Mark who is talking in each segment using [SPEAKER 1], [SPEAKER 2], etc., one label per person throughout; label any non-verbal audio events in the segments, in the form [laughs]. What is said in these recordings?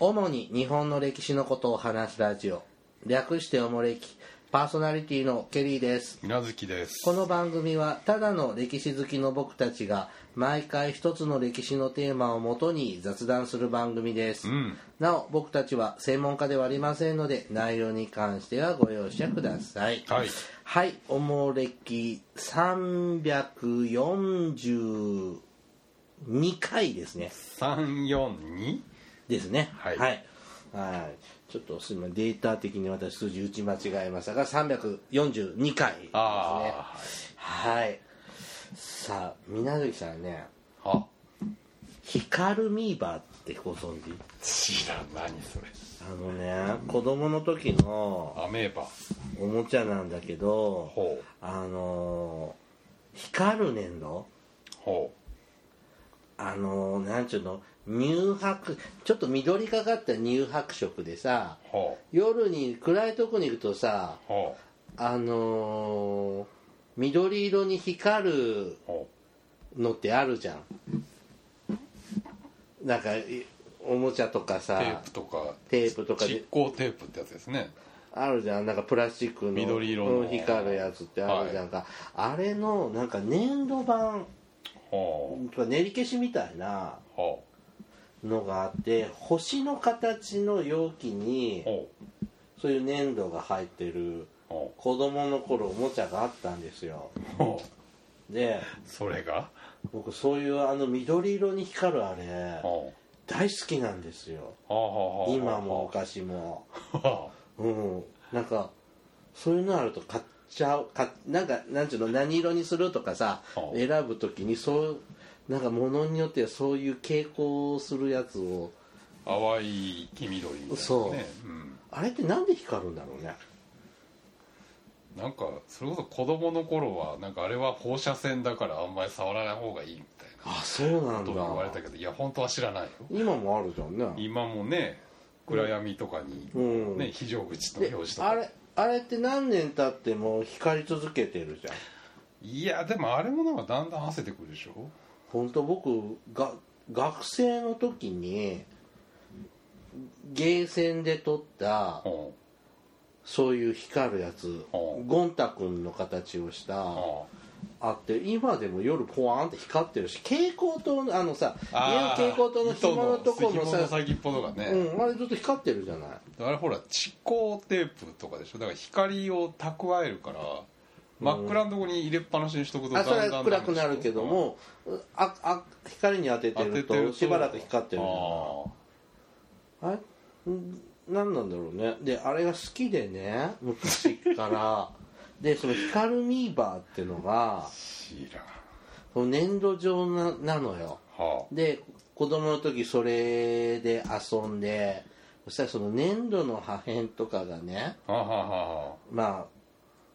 [SPEAKER 1] 主に日本の歴史のことを話すラジオ略しておもれきパーソナリティのケリーです
[SPEAKER 2] みなずきです
[SPEAKER 1] この番組はただの歴史好きの僕たちが毎回一つの歴史のテーマをもとに雑談する番組です、
[SPEAKER 2] うん
[SPEAKER 1] なお僕たちは専門家ではありませんので内容に関してはご容赦ください
[SPEAKER 2] はい
[SPEAKER 1] はいおもれき342回ですね
[SPEAKER 2] 342
[SPEAKER 1] ですね
[SPEAKER 2] はい
[SPEAKER 1] はい、はいちょっとすいませんデータ的に私数字打ち間違えましたが342回ですね
[SPEAKER 2] あ
[SPEAKER 1] はいさあ水月さんね
[SPEAKER 2] あは
[SPEAKER 1] ヒカルミーバーってご存知
[SPEAKER 2] 知らん何それ
[SPEAKER 1] あのね子供の時の
[SPEAKER 2] アメーバ
[SPEAKER 1] おもちゃなんだけど
[SPEAKER 2] ほう
[SPEAKER 1] あのー光る粘土
[SPEAKER 2] ほ
[SPEAKER 1] あのーなんちゅうの乳白ちょっと緑がかった乳白色でさ
[SPEAKER 2] うほ
[SPEAKER 1] 夜に暗いとこに行くとさ
[SPEAKER 2] うほ
[SPEAKER 1] あのー緑色に光る
[SPEAKER 2] うほ
[SPEAKER 1] のってあるじゃんなんかいおもちゃとか
[SPEAKER 2] う
[SPEAKER 1] さ
[SPEAKER 2] テープとか
[SPEAKER 1] テープとかで
[SPEAKER 2] 蓄光テープってやつですね
[SPEAKER 1] あるじゃんなんかプラスチックの
[SPEAKER 2] 緑色の
[SPEAKER 1] うん光るやつってあるじゃんか、あれのなんか粘土板
[SPEAKER 2] ほう
[SPEAKER 1] 練り消しみたいな
[SPEAKER 2] ほ
[SPEAKER 1] のがあって星の形の容器
[SPEAKER 2] う
[SPEAKER 1] に
[SPEAKER 2] ほう
[SPEAKER 1] そういう粘土が入ってる
[SPEAKER 2] ほ
[SPEAKER 1] 子供の頃おもちゃがあったんですよ
[SPEAKER 2] うほう
[SPEAKER 1] で
[SPEAKER 2] それが
[SPEAKER 1] 僕そういうあの緑色に光るあれ
[SPEAKER 2] ほう
[SPEAKER 1] 大好きなんですよ
[SPEAKER 2] ほうほうほう
[SPEAKER 1] 今も昔も
[SPEAKER 2] ほ
[SPEAKER 1] うんなんかそういうのあると買っちゃう買っなんかなんちゅうの何色にするとかさ
[SPEAKER 2] はあ
[SPEAKER 1] 選ぶ時にそうなんかものによってはそういう傾向をするやつを
[SPEAKER 2] う淡い黄緑みたいなね
[SPEAKER 1] そ
[SPEAKER 2] うん
[SPEAKER 1] あれってなんで光るんだろうね
[SPEAKER 2] なんかそれこそ子供の頃はなんかあれは放射線だからあんまり触らない方がいいみたいな
[SPEAKER 1] あそうなん
[SPEAKER 2] こと
[SPEAKER 1] だ
[SPEAKER 2] を言われたけどいや本当は知らないよ
[SPEAKER 1] 今もあるじゃんね
[SPEAKER 2] 今もね暗闇とかに、
[SPEAKER 1] うん
[SPEAKER 2] ね、非常口の
[SPEAKER 1] で
[SPEAKER 2] 表示とか
[SPEAKER 1] あれあれって何年経っても光り続けてるじゃん
[SPEAKER 2] いやでもあれもなんかだんだん汗てくるでしょ
[SPEAKER 1] 本当僕が学生の時にゲーセンで撮った
[SPEAKER 2] うん
[SPEAKER 1] そういう光るやつ
[SPEAKER 2] ほう
[SPEAKER 1] ゴン太くんの形をした
[SPEAKER 2] うん
[SPEAKER 1] あって今でも夜ポワーンって光ってるし蛍光灯のあのさ家の
[SPEAKER 2] あー
[SPEAKER 1] 蛍光灯の紐のとこも
[SPEAKER 2] 糸の
[SPEAKER 1] さ
[SPEAKER 2] 先っぽとかね、
[SPEAKER 1] うんあれずっと光ってるじゃない
[SPEAKER 2] あれほら蓄光テープとかでしょだから光を蓄えるから真っ暗のとこに入れっぱなしにしとくとだ
[SPEAKER 1] あ
[SPEAKER 2] ん
[SPEAKER 1] そ
[SPEAKER 2] だ
[SPEAKER 1] れ
[SPEAKER 2] んだ
[SPEAKER 1] は
[SPEAKER 2] ん
[SPEAKER 1] 暗くなるけどもああ光に当ててるとしばらく光ってるじゃないあれん何なんだろうねであれが好きでね昔からでその光るミーバーっていうのが
[SPEAKER 2] 知らん
[SPEAKER 1] その粘土状ななのよ
[SPEAKER 2] は
[SPEAKER 1] で子供の時それで遊んでそしたらその粘土の破片とかがね
[SPEAKER 2] あはあはあは
[SPEAKER 1] まあ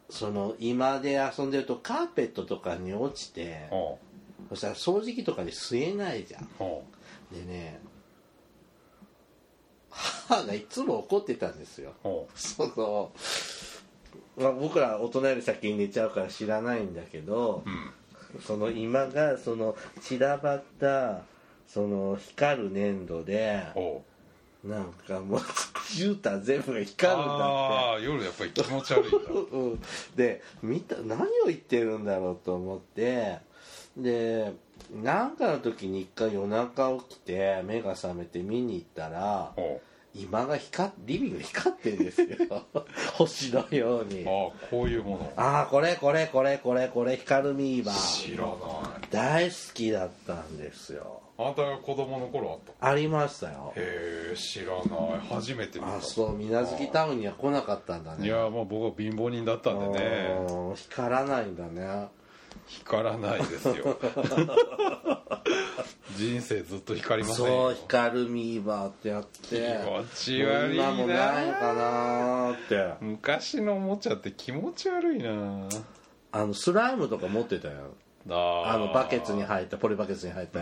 [SPEAKER 1] その今で遊んでるとカーペットとかに落ちて
[SPEAKER 2] あは
[SPEAKER 1] そしたら掃除機とかに吸えないじゃん
[SPEAKER 2] あは
[SPEAKER 1] でね母がいつも怒ってたんですよ
[SPEAKER 2] あは
[SPEAKER 1] その、まあ、僕ら大人より先に寝ちゃうから知らないんだけど
[SPEAKER 2] あう、ん
[SPEAKER 1] その今がその散らばったその光る粘土で
[SPEAKER 2] ほう
[SPEAKER 1] なんかもう絨毯全部が光るんだ
[SPEAKER 2] ああ夜やっぱり気持ち悪いんだ
[SPEAKER 1] ってうんで見た何を言ってるんだろうと思ってでなんかの時に一回夜中起きて目が覚めて見に行ったら
[SPEAKER 2] ほ
[SPEAKER 1] 今が光っリビング光ってるんですよ [laughs] 星のように
[SPEAKER 2] うああこういうもの
[SPEAKER 1] ああこれこれこれこれこれ光るミーバー
[SPEAKER 2] 知らない
[SPEAKER 1] 大好きだったんですよ
[SPEAKER 2] あなたが子供の頃あっ
[SPEAKER 1] ありましたよ
[SPEAKER 2] たへえ知らない初めて見た
[SPEAKER 1] あそう水無月タウンには来なかったんだね
[SPEAKER 2] いやまあ僕は貧乏人だったんでね
[SPEAKER 1] うん光らないんだね
[SPEAKER 2] 光らないです
[SPEAKER 1] [laughs]
[SPEAKER 2] よ人生ずっと光りませんよ
[SPEAKER 1] そう光るミーバーってやって
[SPEAKER 2] 気持ち悪いな
[SPEAKER 1] 今もないかなーって
[SPEAKER 2] 昔のおもちゃって気持ち悪いな
[SPEAKER 1] あのスライムとか持ってたよあ
[SPEAKER 2] あ
[SPEAKER 1] のバケツに入ったポリバケツに入った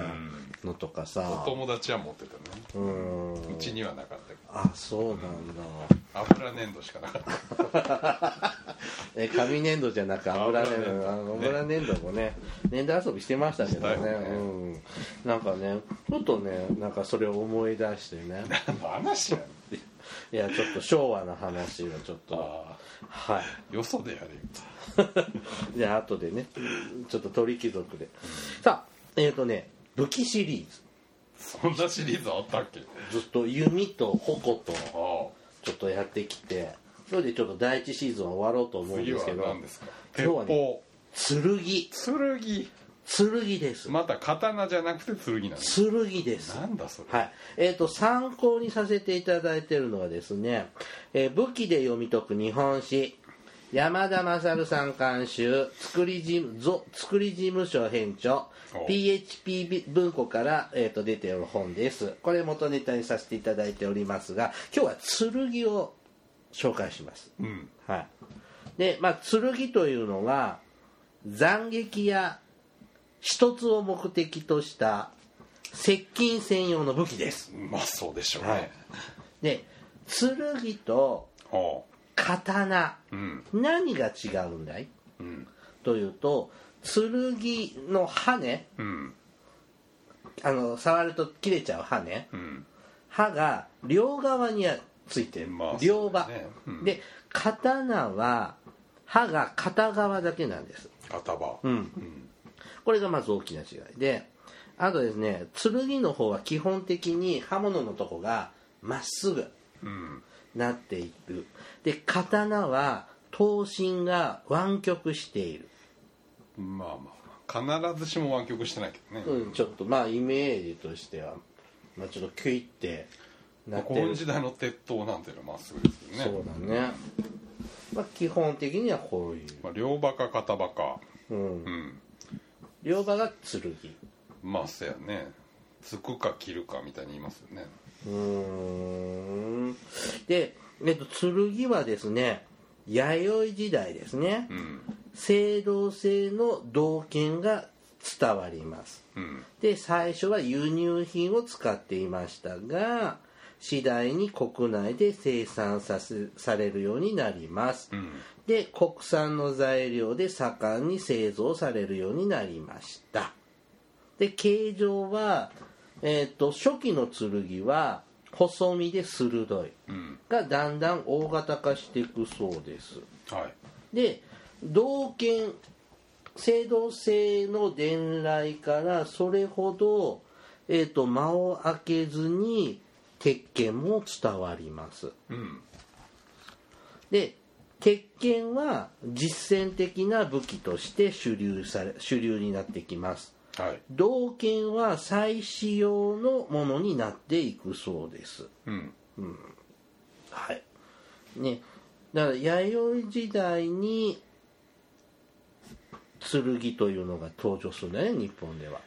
[SPEAKER 1] のとか
[SPEAKER 2] お
[SPEAKER 1] さ
[SPEAKER 2] 友達は持ってたね
[SPEAKER 1] うん
[SPEAKER 2] うちにはなかったけど
[SPEAKER 1] あそうなんだ
[SPEAKER 2] 油粘土しかなかった [laughs]
[SPEAKER 1] え紙粘土じゃなく油粘土あの油粘土もね粘土遊びしてましたけどね
[SPEAKER 2] したよね
[SPEAKER 1] うんなんかねちょっとねなんかそれを思い出してね
[SPEAKER 2] 話やん
[SPEAKER 1] いやちょっと昭和の話はちょっと
[SPEAKER 2] あ
[SPEAKER 1] はい
[SPEAKER 2] ーよそでやれよ
[SPEAKER 1] じゃあ後でねちょっと鳥貴族でさあえっ、とね武器シリーズ
[SPEAKER 2] そんなシリーズあったっけ
[SPEAKER 1] ずっと弓と矛と
[SPEAKER 2] ああ
[SPEAKER 1] ちょっとやってきてそれでちょっと第一シーズンは終わろうと思うん
[SPEAKER 2] 次
[SPEAKER 1] です
[SPEAKER 2] は
[SPEAKER 1] けど
[SPEAKER 2] 何ですか鉄
[SPEAKER 1] 今日はね
[SPEAKER 2] 砲
[SPEAKER 1] 剣剣
[SPEAKER 2] 剣
[SPEAKER 1] です
[SPEAKER 2] また刀じゃなくて剣なんです
[SPEAKER 1] 剣です
[SPEAKER 2] なんだそれ、
[SPEAKER 1] はいえー、と参考にさせていただいているのはですね「えー武器で読み解く日本史」山田勝さん監修作り事務ぞ作り事務所編著
[SPEAKER 2] お
[SPEAKER 1] PHP 文庫から、えー、と出ている本ですこれ元ネタにさせていただいておりますが今日は剣を紹介します
[SPEAKER 2] うん
[SPEAKER 1] はいでまあ剣というのは斬撃や一つを目的とした接近専用の武器です
[SPEAKER 2] まあそうでしょうね、
[SPEAKER 1] はいで剣と
[SPEAKER 2] あ
[SPEAKER 1] 刀
[SPEAKER 2] あうん
[SPEAKER 1] 何が違うんだい
[SPEAKER 2] うん
[SPEAKER 1] というと剣の刃ね
[SPEAKER 2] うん
[SPEAKER 1] あの触ると切れちゃう刃ね
[SPEAKER 2] うん
[SPEAKER 1] 刃が両側についてる、
[SPEAKER 2] まあ
[SPEAKER 1] 両刃、
[SPEAKER 2] そうだよねうん
[SPEAKER 1] で刀は刃が片側だけなんです
[SPEAKER 2] 片場
[SPEAKER 1] ん
[SPEAKER 2] うん
[SPEAKER 1] これがまず大きな違いであとですね剣の方は基本的に刃物のとこがまっすぐ
[SPEAKER 2] うん
[SPEAKER 1] なっているで刀は刀身が湾曲している、
[SPEAKER 2] まあまあ必ずしも湾曲してないけどね、
[SPEAKER 1] うん、ちょっとまあイメージとしては、まあ、ちょっとキュイってなって
[SPEAKER 2] 古
[SPEAKER 1] る
[SPEAKER 2] 本時代の鉄塔なんていうのはまっすぐですけどね
[SPEAKER 1] そうだね、まあ、基本的にはこうい
[SPEAKER 2] まあ、両刃か片刃か
[SPEAKER 1] う、うん
[SPEAKER 2] う、ん
[SPEAKER 1] 両刃が剣
[SPEAKER 2] まあそうやねつくか切るかみたいに言いますよね
[SPEAKER 1] うーんで、えっと、剣はですね弥生時代ですね、
[SPEAKER 2] うん
[SPEAKER 1] 青銅製の銅剣が伝わります
[SPEAKER 2] うん
[SPEAKER 1] で最初は輸入品を使っていましたが次第に国内で生産させされるようになります、
[SPEAKER 2] うん
[SPEAKER 1] で国産の材料で盛んに製造されるようになりましたで形状は、えー、と初期の剣は細身で鋭い
[SPEAKER 2] うん
[SPEAKER 1] がだんだん大型化していくそうです
[SPEAKER 2] はい
[SPEAKER 1] で銅剣青銅製の伝来からそれほど、えー、と間を空けずに鉄拳も伝わります
[SPEAKER 2] うん
[SPEAKER 1] で鉄拳は実践的な武器として主流され主流になってきます
[SPEAKER 2] はい
[SPEAKER 1] 銅剣は再使用のものになっていくそうです
[SPEAKER 2] うん
[SPEAKER 1] はいねだから弥生時代に剣というのが登場するんだよね日本では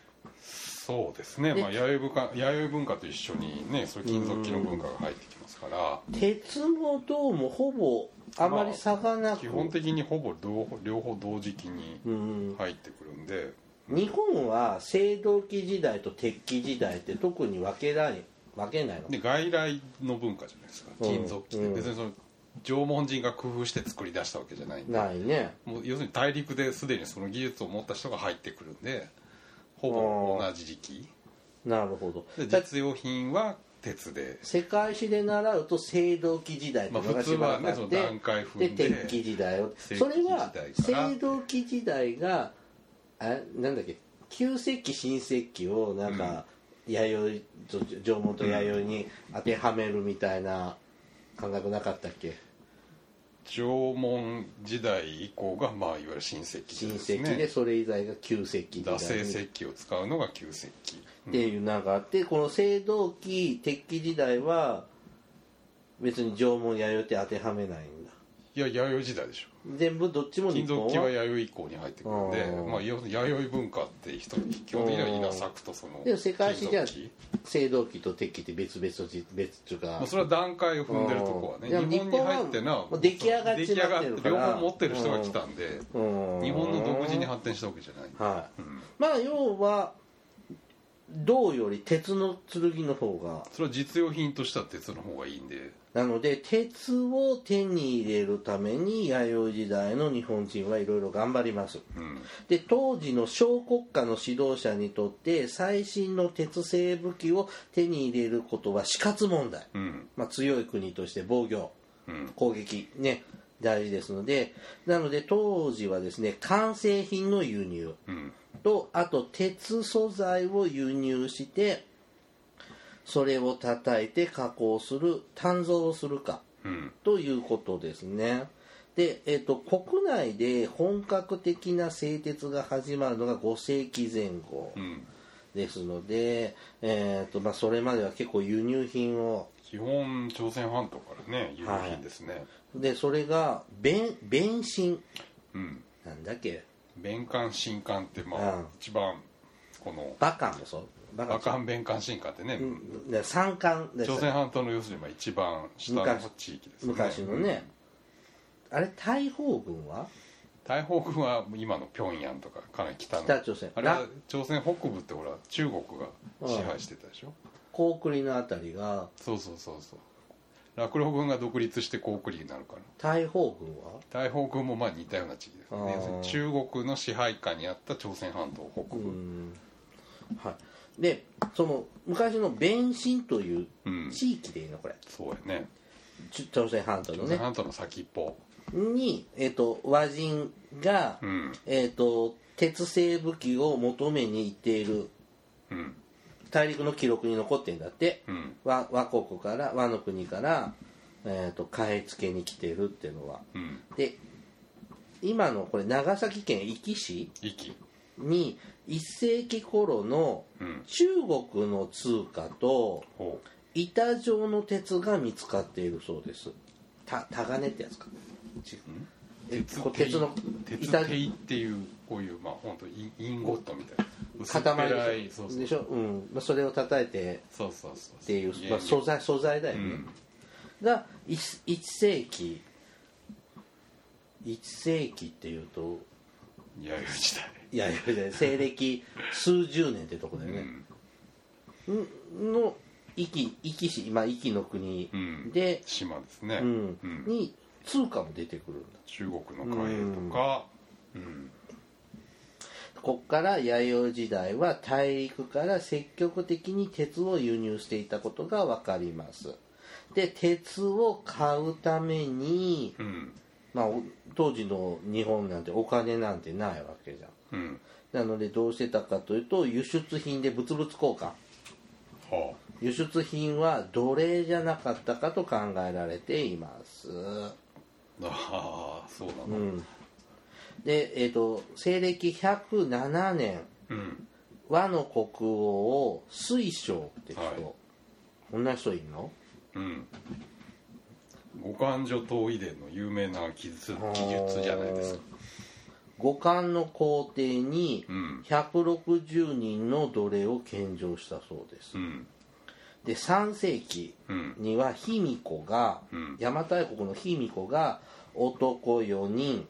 [SPEAKER 2] そうですね、まあ、弥生文化弥生文化と一緒にねそういう金属器の文化が入ってきますから
[SPEAKER 1] 鉄も銅もほぼあまり差がなく、
[SPEAKER 2] 基本的にほぼ両方両方同時期に
[SPEAKER 1] うん
[SPEAKER 2] 入ってくるんで
[SPEAKER 1] 日本は青銅器時代と鉄器時代って特に分けない分けないの
[SPEAKER 2] で外来の文化じゃないですか
[SPEAKER 1] うん
[SPEAKER 2] 金属器って別にその縄文人が工夫して作り出したわけじゃないんで
[SPEAKER 1] ないね
[SPEAKER 2] もう要するに大陸ですでにその技術を持った人が入ってくるんでほぼ同じ時期
[SPEAKER 1] なるほど
[SPEAKER 2] で
[SPEAKER 1] だ
[SPEAKER 2] 実用品は鉄で、
[SPEAKER 1] 世界史で習うと青銅器時代って
[SPEAKER 2] まあ、
[SPEAKER 1] のが
[SPEAKER 2] 普通
[SPEAKER 1] しばら
[SPEAKER 2] は
[SPEAKER 1] くあ
[SPEAKER 2] ね
[SPEAKER 1] っ
[SPEAKER 2] その
[SPEAKER 1] て、
[SPEAKER 2] 段階
[SPEAKER 1] で
[SPEAKER 2] 踏んで
[SPEAKER 1] 鉄器時代を
[SPEAKER 2] 石器
[SPEAKER 1] それは
[SPEAKER 2] 時代から
[SPEAKER 1] 青銅器時代があなんだっけ旧石器新石器をなんか、弥生と縄文と弥生に当てはめるみたいな感覚なかったっけ
[SPEAKER 2] 縄文時代以降がまあいわゆる新石器
[SPEAKER 1] 新
[SPEAKER 2] で
[SPEAKER 1] 石器でそれ以外が旧石器時代
[SPEAKER 2] 惰性石器を使うのが旧石器
[SPEAKER 1] っていうなんかあってこの青銅器鉄器時代は別に縄文弥生って当てはめないんだ
[SPEAKER 2] いや弥生時代でしょ
[SPEAKER 1] 全部どっちも
[SPEAKER 2] 金
[SPEAKER 1] 日本
[SPEAKER 2] 属器は
[SPEAKER 1] は
[SPEAKER 2] 弥生以降に入ってくるんで
[SPEAKER 1] あー
[SPEAKER 2] まあ要するに弥生文化って人基本的には稲作とその
[SPEAKER 1] でも世界史じゃ
[SPEAKER 2] 金属器
[SPEAKER 1] 青銅器と鉄器って別々のじ別っていう
[SPEAKER 2] ま
[SPEAKER 1] か
[SPEAKER 2] あ、それは段階を踏んでるとこはね
[SPEAKER 1] うん
[SPEAKER 2] 日本に入ってな
[SPEAKER 1] 日本はもう出来上がっちまってるから
[SPEAKER 2] 出来上がって両方持ってる人が来たんで
[SPEAKER 1] うん
[SPEAKER 2] 日本の独自に発展したわけじゃない
[SPEAKER 1] はい、まあ要は銅より鉄の剣の方が
[SPEAKER 2] それは実用品としたら鉄の方がいいんで
[SPEAKER 1] なので鉄を手に入れるために弥生時代の日本人はいろいろ頑張ります
[SPEAKER 2] うん
[SPEAKER 1] で当時の小国家の指導者にとって最新の鉄製武器を手に入れることは死活問題、
[SPEAKER 2] うん
[SPEAKER 1] まあ、強い国として防御
[SPEAKER 2] うん
[SPEAKER 1] 攻撃ね大事ですのでなので当時はですね完成品の輸入
[SPEAKER 2] うん
[SPEAKER 1] とあと鉄素材を輸入してそれを叩いて加工する鍛造をするか
[SPEAKER 2] うん
[SPEAKER 1] ということですねで、えっと国内で本格的な製鉄が始まるのが5世紀前後
[SPEAKER 2] うん
[SPEAKER 1] ですので、えっとまあ、それまでは結構輸入品を
[SPEAKER 2] 基本朝鮮半島からね輸入品ですね
[SPEAKER 1] でそれが弁弁信
[SPEAKER 2] うん
[SPEAKER 1] なんだっけ
[SPEAKER 2] 弁官新官ってまあ
[SPEAKER 1] うん
[SPEAKER 2] 一番この
[SPEAKER 1] バカもそうバ
[SPEAKER 2] 和
[SPEAKER 1] カ
[SPEAKER 2] 漢弁官新官ってね
[SPEAKER 1] で三冠です
[SPEAKER 2] 朝鮮半島の要するにまあ一番下の地域ですね
[SPEAKER 1] 昔のね、あれ大砲軍は
[SPEAKER 2] 大北軍は今の平壌とかかなり北の
[SPEAKER 1] 北朝鮮
[SPEAKER 2] あれは
[SPEAKER 1] ラ
[SPEAKER 2] 朝鮮北部ってほら中国が支配してたでしょ
[SPEAKER 1] 高句麗のあたりが
[SPEAKER 2] そうそうそうそう落老軍が独立して高句麗になるから
[SPEAKER 1] 大砲軍は
[SPEAKER 2] 大北軍もまあ似たような地域です
[SPEAKER 1] あー
[SPEAKER 2] ね要するに中国の支配下にあった朝鮮半島北部
[SPEAKER 1] うんはいでその昔の弁信という
[SPEAKER 2] うん
[SPEAKER 1] 地域でいいのこれ
[SPEAKER 2] そうやね
[SPEAKER 1] ち朝鮮半島の
[SPEAKER 2] 朝鮮
[SPEAKER 1] ね
[SPEAKER 2] 半島の先っぽ
[SPEAKER 1] に、えっと和人が、
[SPEAKER 2] うん
[SPEAKER 1] えっと鉄製武器を求めに行っている
[SPEAKER 2] うん
[SPEAKER 1] 大陸の記録に残ってんだって、
[SPEAKER 2] うん
[SPEAKER 1] 和和国から和の国から、えっと買い付けに来てるっていうのは
[SPEAKER 2] うん
[SPEAKER 1] で今のこれ長崎県壱岐市
[SPEAKER 2] 息
[SPEAKER 1] に1世紀頃の
[SPEAKER 2] うん
[SPEAKER 1] 中国の通貨と
[SPEAKER 2] ほう
[SPEAKER 1] 板状の鉄が見つかっているそうですたタガネってやつか違うえ
[SPEAKER 2] 鉄
[SPEAKER 1] こう鉄の
[SPEAKER 2] 鉄
[SPEAKER 1] 板
[SPEAKER 2] 手っていうこういうまあ本当インインゴットみたいな薄っぺら
[SPEAKER 1] 塊
[SPEAKER 2] い
[SPEAKER 1] でし
[SPEAKER 2] そ
[SPEAKER 1] ょ
[SPEAKER 2] うそう
[SPEAKER 1] でしょうんまあ、それを叩いて
[SPEAKER 2] そうそうそう
[SPEAKER 1] っていう、
[SPEAKER 2] 原
[SPEAKER 1] ま
[SPEAKER 2] 料
[SPEAKER 1] あ、素材素材だよ
[SPEAKER 2] う
[SPEAKER 1] ね、
[SPEAKER 2] ん
[SPEAKER 1] が 1, 世紀1世紀っていうと
[SPEAKER 2] 弥生時代
[SPEAKER 1] いやいやいや西暦数十年ってとこだよね、の壱岐壱岐市今壱岐の国
[SPEAKER 2] うん
[SPEAKER 1] で、
[SPEAKER 2] 島ですね、
[SPEAKER 1] うん
[SPEAKER 2] うん
[SPEAKER 1] に通貨も出てくるんだ
[SPEAKER 2] 中国の貨幣とか、うん
[SPEAKER 1] こっから弥生時代は大陸から積極的に鉄を輸入していたことが分かりますで鉄を買うために、
[SPEAKER 2] うん
[SPEAKER 1] まあ、お当時の日本なんてお金なんてないわけじゃん
[SPEAKER 2] うん
[SPEAKER 1] なのでどうしてたかというと輸出品で物々交換
[SPEAKER 2] [laughs] は
[SPEAKER 1] 輸出品は奴隷じゃなかったかと考えられています
[SPEAKER 2] あああそうなの
[SPEAKER 1] うんでえっ、と西暦107年
[SPEAKER 2] うん
[SPEAKER 1] 和の国王を水晶って人、
[SPEAKER 2] はい
[SPEAKER 1] こんな人いんの
[SPEAKER 2] うん五感女島遺伝の有名な技術技術じゃないですか
[SPEAKER 1] 五冠の皇帝に
[SPEAKER 2] うん
[SPEAKER 1] 160人の奴隷を献上したそうです
[SPEAKER 2] うん
[SPEAKER 1] で3世紀
[SPEAKER 2] うん
[SPEAKER 1] には卑弥呼が、
[SPEAKER 2] うん
[SPEAKER 1] 邪馬台国の卑弥呼が男4人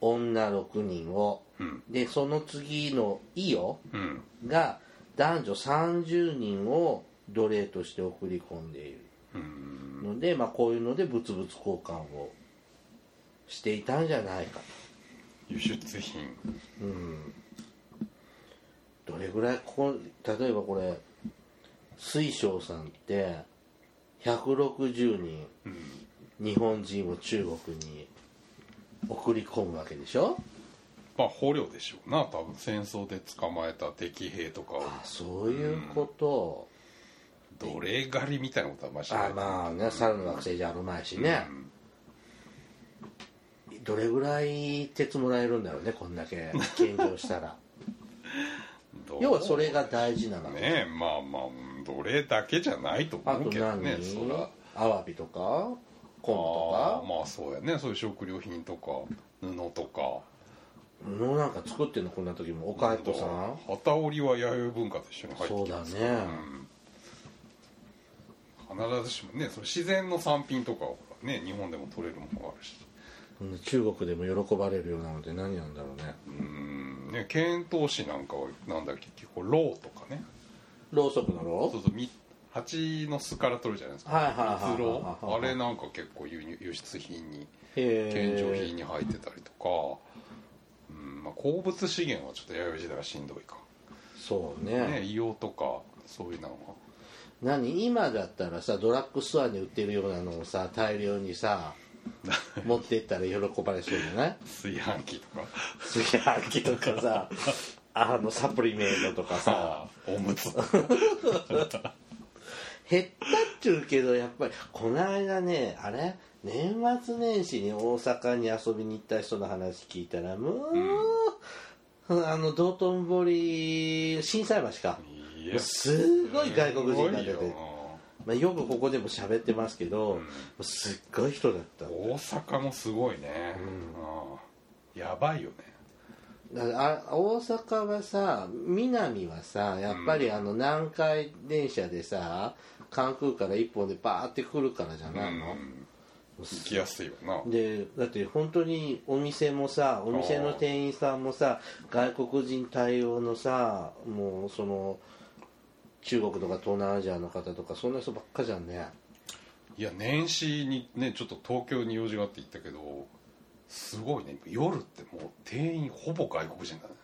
[SPEAKER 1] 女6人を
[SPEAKER 2] うん
[SPEAKER 1] でその次の伊予
[SPEAKER 2] うん
[SPEAKER 1] が男女30人を奴隷として送り込んでいる
[SPEAKER 2] うん
[SPEAKER 1] ので、まあ、こういうので物々交換をしていたんじゃないか
[SPEAKER 2] 輸出品
[SPEAKER 1] とどれぐらいここ例えばこれ水晶さんって160人日本人を中国に送り込むわけでしょ
[SPEAKER 2] まあ捕虜でしょうな多分戦争で捕まえた敵兵とかを
[SPEAKER 1] あそういうこと、
[SPEAKER 2] 奴隷狩りみたいなことはまし
[SPEAKER 1] あまあね猿の惑星じゃあるまいしね、どれぐらい鉄もらえるんだろうねこんだけ献上した
[SPEAKER 2] [laughs]
[SPEAKER 1] ら要はそれが大事なの
[SPEAKER 2] ねえまあまあうん奴隷だけじゃないと
[SPEAKER 1] あ
[SPEAKER 2] 思う
[SPEAKER 1] と
[SPEAKER 2] けど
[SPEAKER 1] 何、
[SPEAKER 2] ねそら
[SPEAKER 1] アワビとかコンとか
[SPEAKER 2] あーまあそうやねそういう食料品とか布とか
[SPEAKER 1] もうなんか作ってんのこんな時も岡江戸さん
[SPEAKER 2] 旗織りは弥生文化と一緒に入ってきます
[SPEAKER 1] そ
[SPEAKER 2] から
[SPEAKER 1] うだね
[SPEAKER 2] うん必ずしもねその自然の産品とかはほらね日本でも取れるものがあるし
[SPEAKER 1] うん中国でも喜ばれるようなので何なんだろうね
[SPEAKER 2] うんね遣唐使なんかはなんだっけ結構ロウとかね
[SPEAKER 1] ろうそくのろ
[SPEAKER 2] そうそうみ蜂の巣から取るじゃないですか
[SPEAKER 1] はいはいはいはい
[SPEAKER 2] 蜜蝋
[SPEAKER 1] はい
[SPEAKER 2] あれなんか結構輸入輸出品に
[SPEAKER 1] うへ
[SPEAKER 2] 献上品に入ってたりとか、うんまあ、鉱物資源はちょっと弥生時代はしんどいか、
[SPEAKER 1] そう
[SPEAKER 2] ね
[SPEAKER 1] ね
[SPEAKER 2] 硫黄とかそういうのは
[SPEAKER 1] 何今だったらさドラッグストアに売ってるようなのをさ大量に
[SPEAKER 2] [laughs]
[SPEAKER 1] さ持ってったら喜ばれそうじゃない
[SPEAKER 2] 炊飯器とか
[SPEAKER 1] [laughs] 炊飯器とか
[SPEAKER 2] [laughs]
[SPEAKER 1] さあのサプリメントとかさ
[SPEAKER 2] あおむつ
[SPEAKER 1] 減ったっちゅうけどやっぱりこの間ねあれ年末年始に大阪に遊びに行った人の話聞いたらもう、あの道頓堀心斎橋か [laughs]
[SPEAKER 2] いや
[SPEAKER 1] すごい外国人が出
[SPEAKER 2] す
[SPEAKER 1] て
[SPEAKER 2] ごいよ
[SPEAKER 1] まあ、よくここでも喋ってますけど、
[SPEAKER 2] うん
[SPEAKER 1] すっごい人だった
[SPEAKER 2] な大阪もすごいね、うんやばいよね
[SPEAKER 1] だからあ大阪はさ南はさやっぱりあの南海電車でさ関空から一本でバーって来るからじゃ
[SPEAKER 2] う
[SPEAKER 1] ないの、
[SPEAKER 2] ん行きやすいよな
[SPEAKER 1] でだって本当にお店もさお店の店員さんもさ外国人対応のさもうその中国とか東南アジアの方とかそんな人ばっかじゃんね
[SPEAKER 2] いや年始にねちょっと東京に用事があって行ったけどすごいね夜ってもう店員ほぼ外国人だね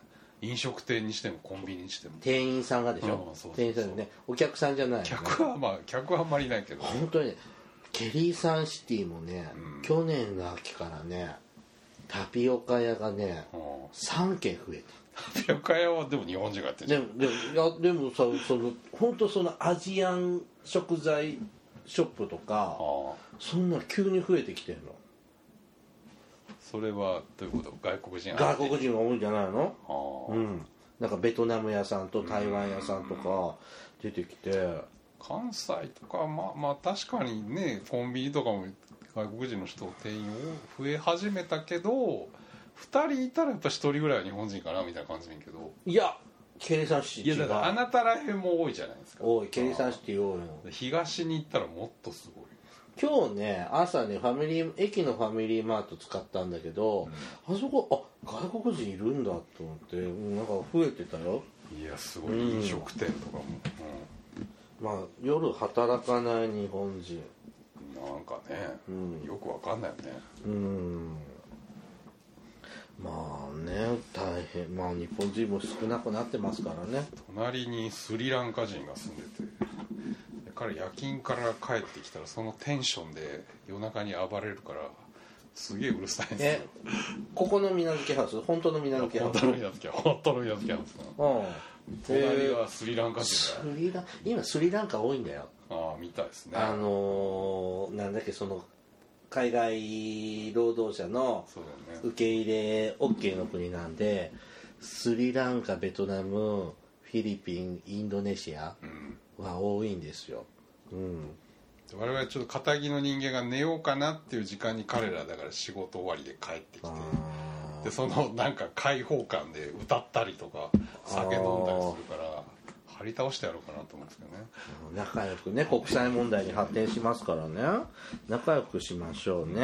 [SPEAKER 2] 飲食店にしてもコンビニにしても
[SPEAKER 1] 店員さんがでし
[SPEAKER 2] うん
[SPEAKER 1] ょ
[SPEAKER 2] そうそうそう
[SPEAKER 1] 店員さんよねお客さんじゃないよね
[SPEAKER 2] 客はまあ客はあんまりいないけど
[SPEAKER 1] 本当にねケリーサンシティもね、
[SPEAKER 2] うん
[SPEAKER 1] 去年の秋からねタピオカ屋がね
[SPEAKER 2] うん
[SPEAKER 1] 3軒増え
[SPEAKER 2] タピオカ屋はでも日本人がやって
[SPEAKER 1] た
[SPEAKER 2] るじ
[SPEAKER 1] で
[SPEAKER 2] ゃん
[SPEAKER 1] もでもいやでもさその本当そのアジアン食材ショップとか
[SPEAKER 2] あ
[SPEAKER 1] そんな急に増えてきてるの
[SPEAKER 2] あそれはどういうこと外国人
[SPEAKER 1] 外国
[SPEAKER 2] 人
[SPEAKER 1] 人が多いんじゃないの
[SPEAKER 2] ああ、
[SPEAKER 1] うんなんかベトナム屋さんと台湾屋さんとか出てきて
[SPEAKER 2] 関西とかまあまあ確かにねコンビニとかも外国人の人店員を増え始めたけど2人いたらやっぱ1人ぐらいは日本人かなみたいな感じだけど
[SPEAKER 1] いやケリーサンシ
[SPEAKER 2] い
[SPEAKER 1] テ
[SPEAKER 2] やだ
[SPEAKER 1] ィ
[SPEAKER 2] から
[SPEAKER 1] が
[SPEAKER 2] あなたらへんも多いじゃないですか
[SPEAKER 1] 多いケリーサンシティ多いの
[SPEAKER 2] 東に行ったらもっとすごい
[SPEAKER 1] 今日ね朝ねファミリー駅のファミリーマート使ったんだけど、あそこあ外国人いるんだと思ってうんなんか増えてたよ
[SPEAKER 2] いやすごい飲食店とかも、
[SPEAKER 1] まあ夜働かない日本人
[SPEAKER 2] うんなんかね、
[SPEAKER 1] うん
[SPEAKER 2] よくわかんないよね
[SPEAKER 1] うんまあね大変まあ日本人も少なくなってますからね
[SPEAKER 2] 隣にスリランカ人が住んでてで彼夜勤から帰ってきたらそのテンションで夜中に暴れるからすげえうるさいんです
[SPEAKER 1] え
[SPEAKER 2] よ
[SPEAKER 1] ここの水けハウス本当の水けハ
[SPEAKER 2] 本
[SPEAKER 1] ウス
[SPEAKER 2] 当のやつきゃ本当のやつきゃですよ
[SPEAKER 1] うん
[SPEAKER 2] 隣
[SPEAKER 1] え
[SPEAKER 2] はスリランカ
[SPEAKER 1] ー
[SPEAKER 2] 人
[SPEAKER 1] ス
[SPEAKER 2] だ、
[SPEAKER 1] リラ今スリランカ多いんだよ
[SPEAKER 2] ああみたいですね
[SPEAKER 1] あのーなんだっけその海外労働者の
[SPEAKER 2] そうだよね
[SPEAKER 1] 受け入れ OK の国なんでスリランカベトナムフィリピンインドネシア
[SPEAKER 2] うん
[SPEAKER 1] は多いんですよ、うん、
[SPEAKER 2] 我々ちょっと片木の人間が寝ようかなっていう時間に彼らだから仕事終わりで帰ってきてでそのなんか開放感で歌ったりとか酒飲んだりするから張り倒してやろうかなと思うんですけどね
[SPEAKER 1] 仲良くね国際問題に発展しますからね仲良くしましょうね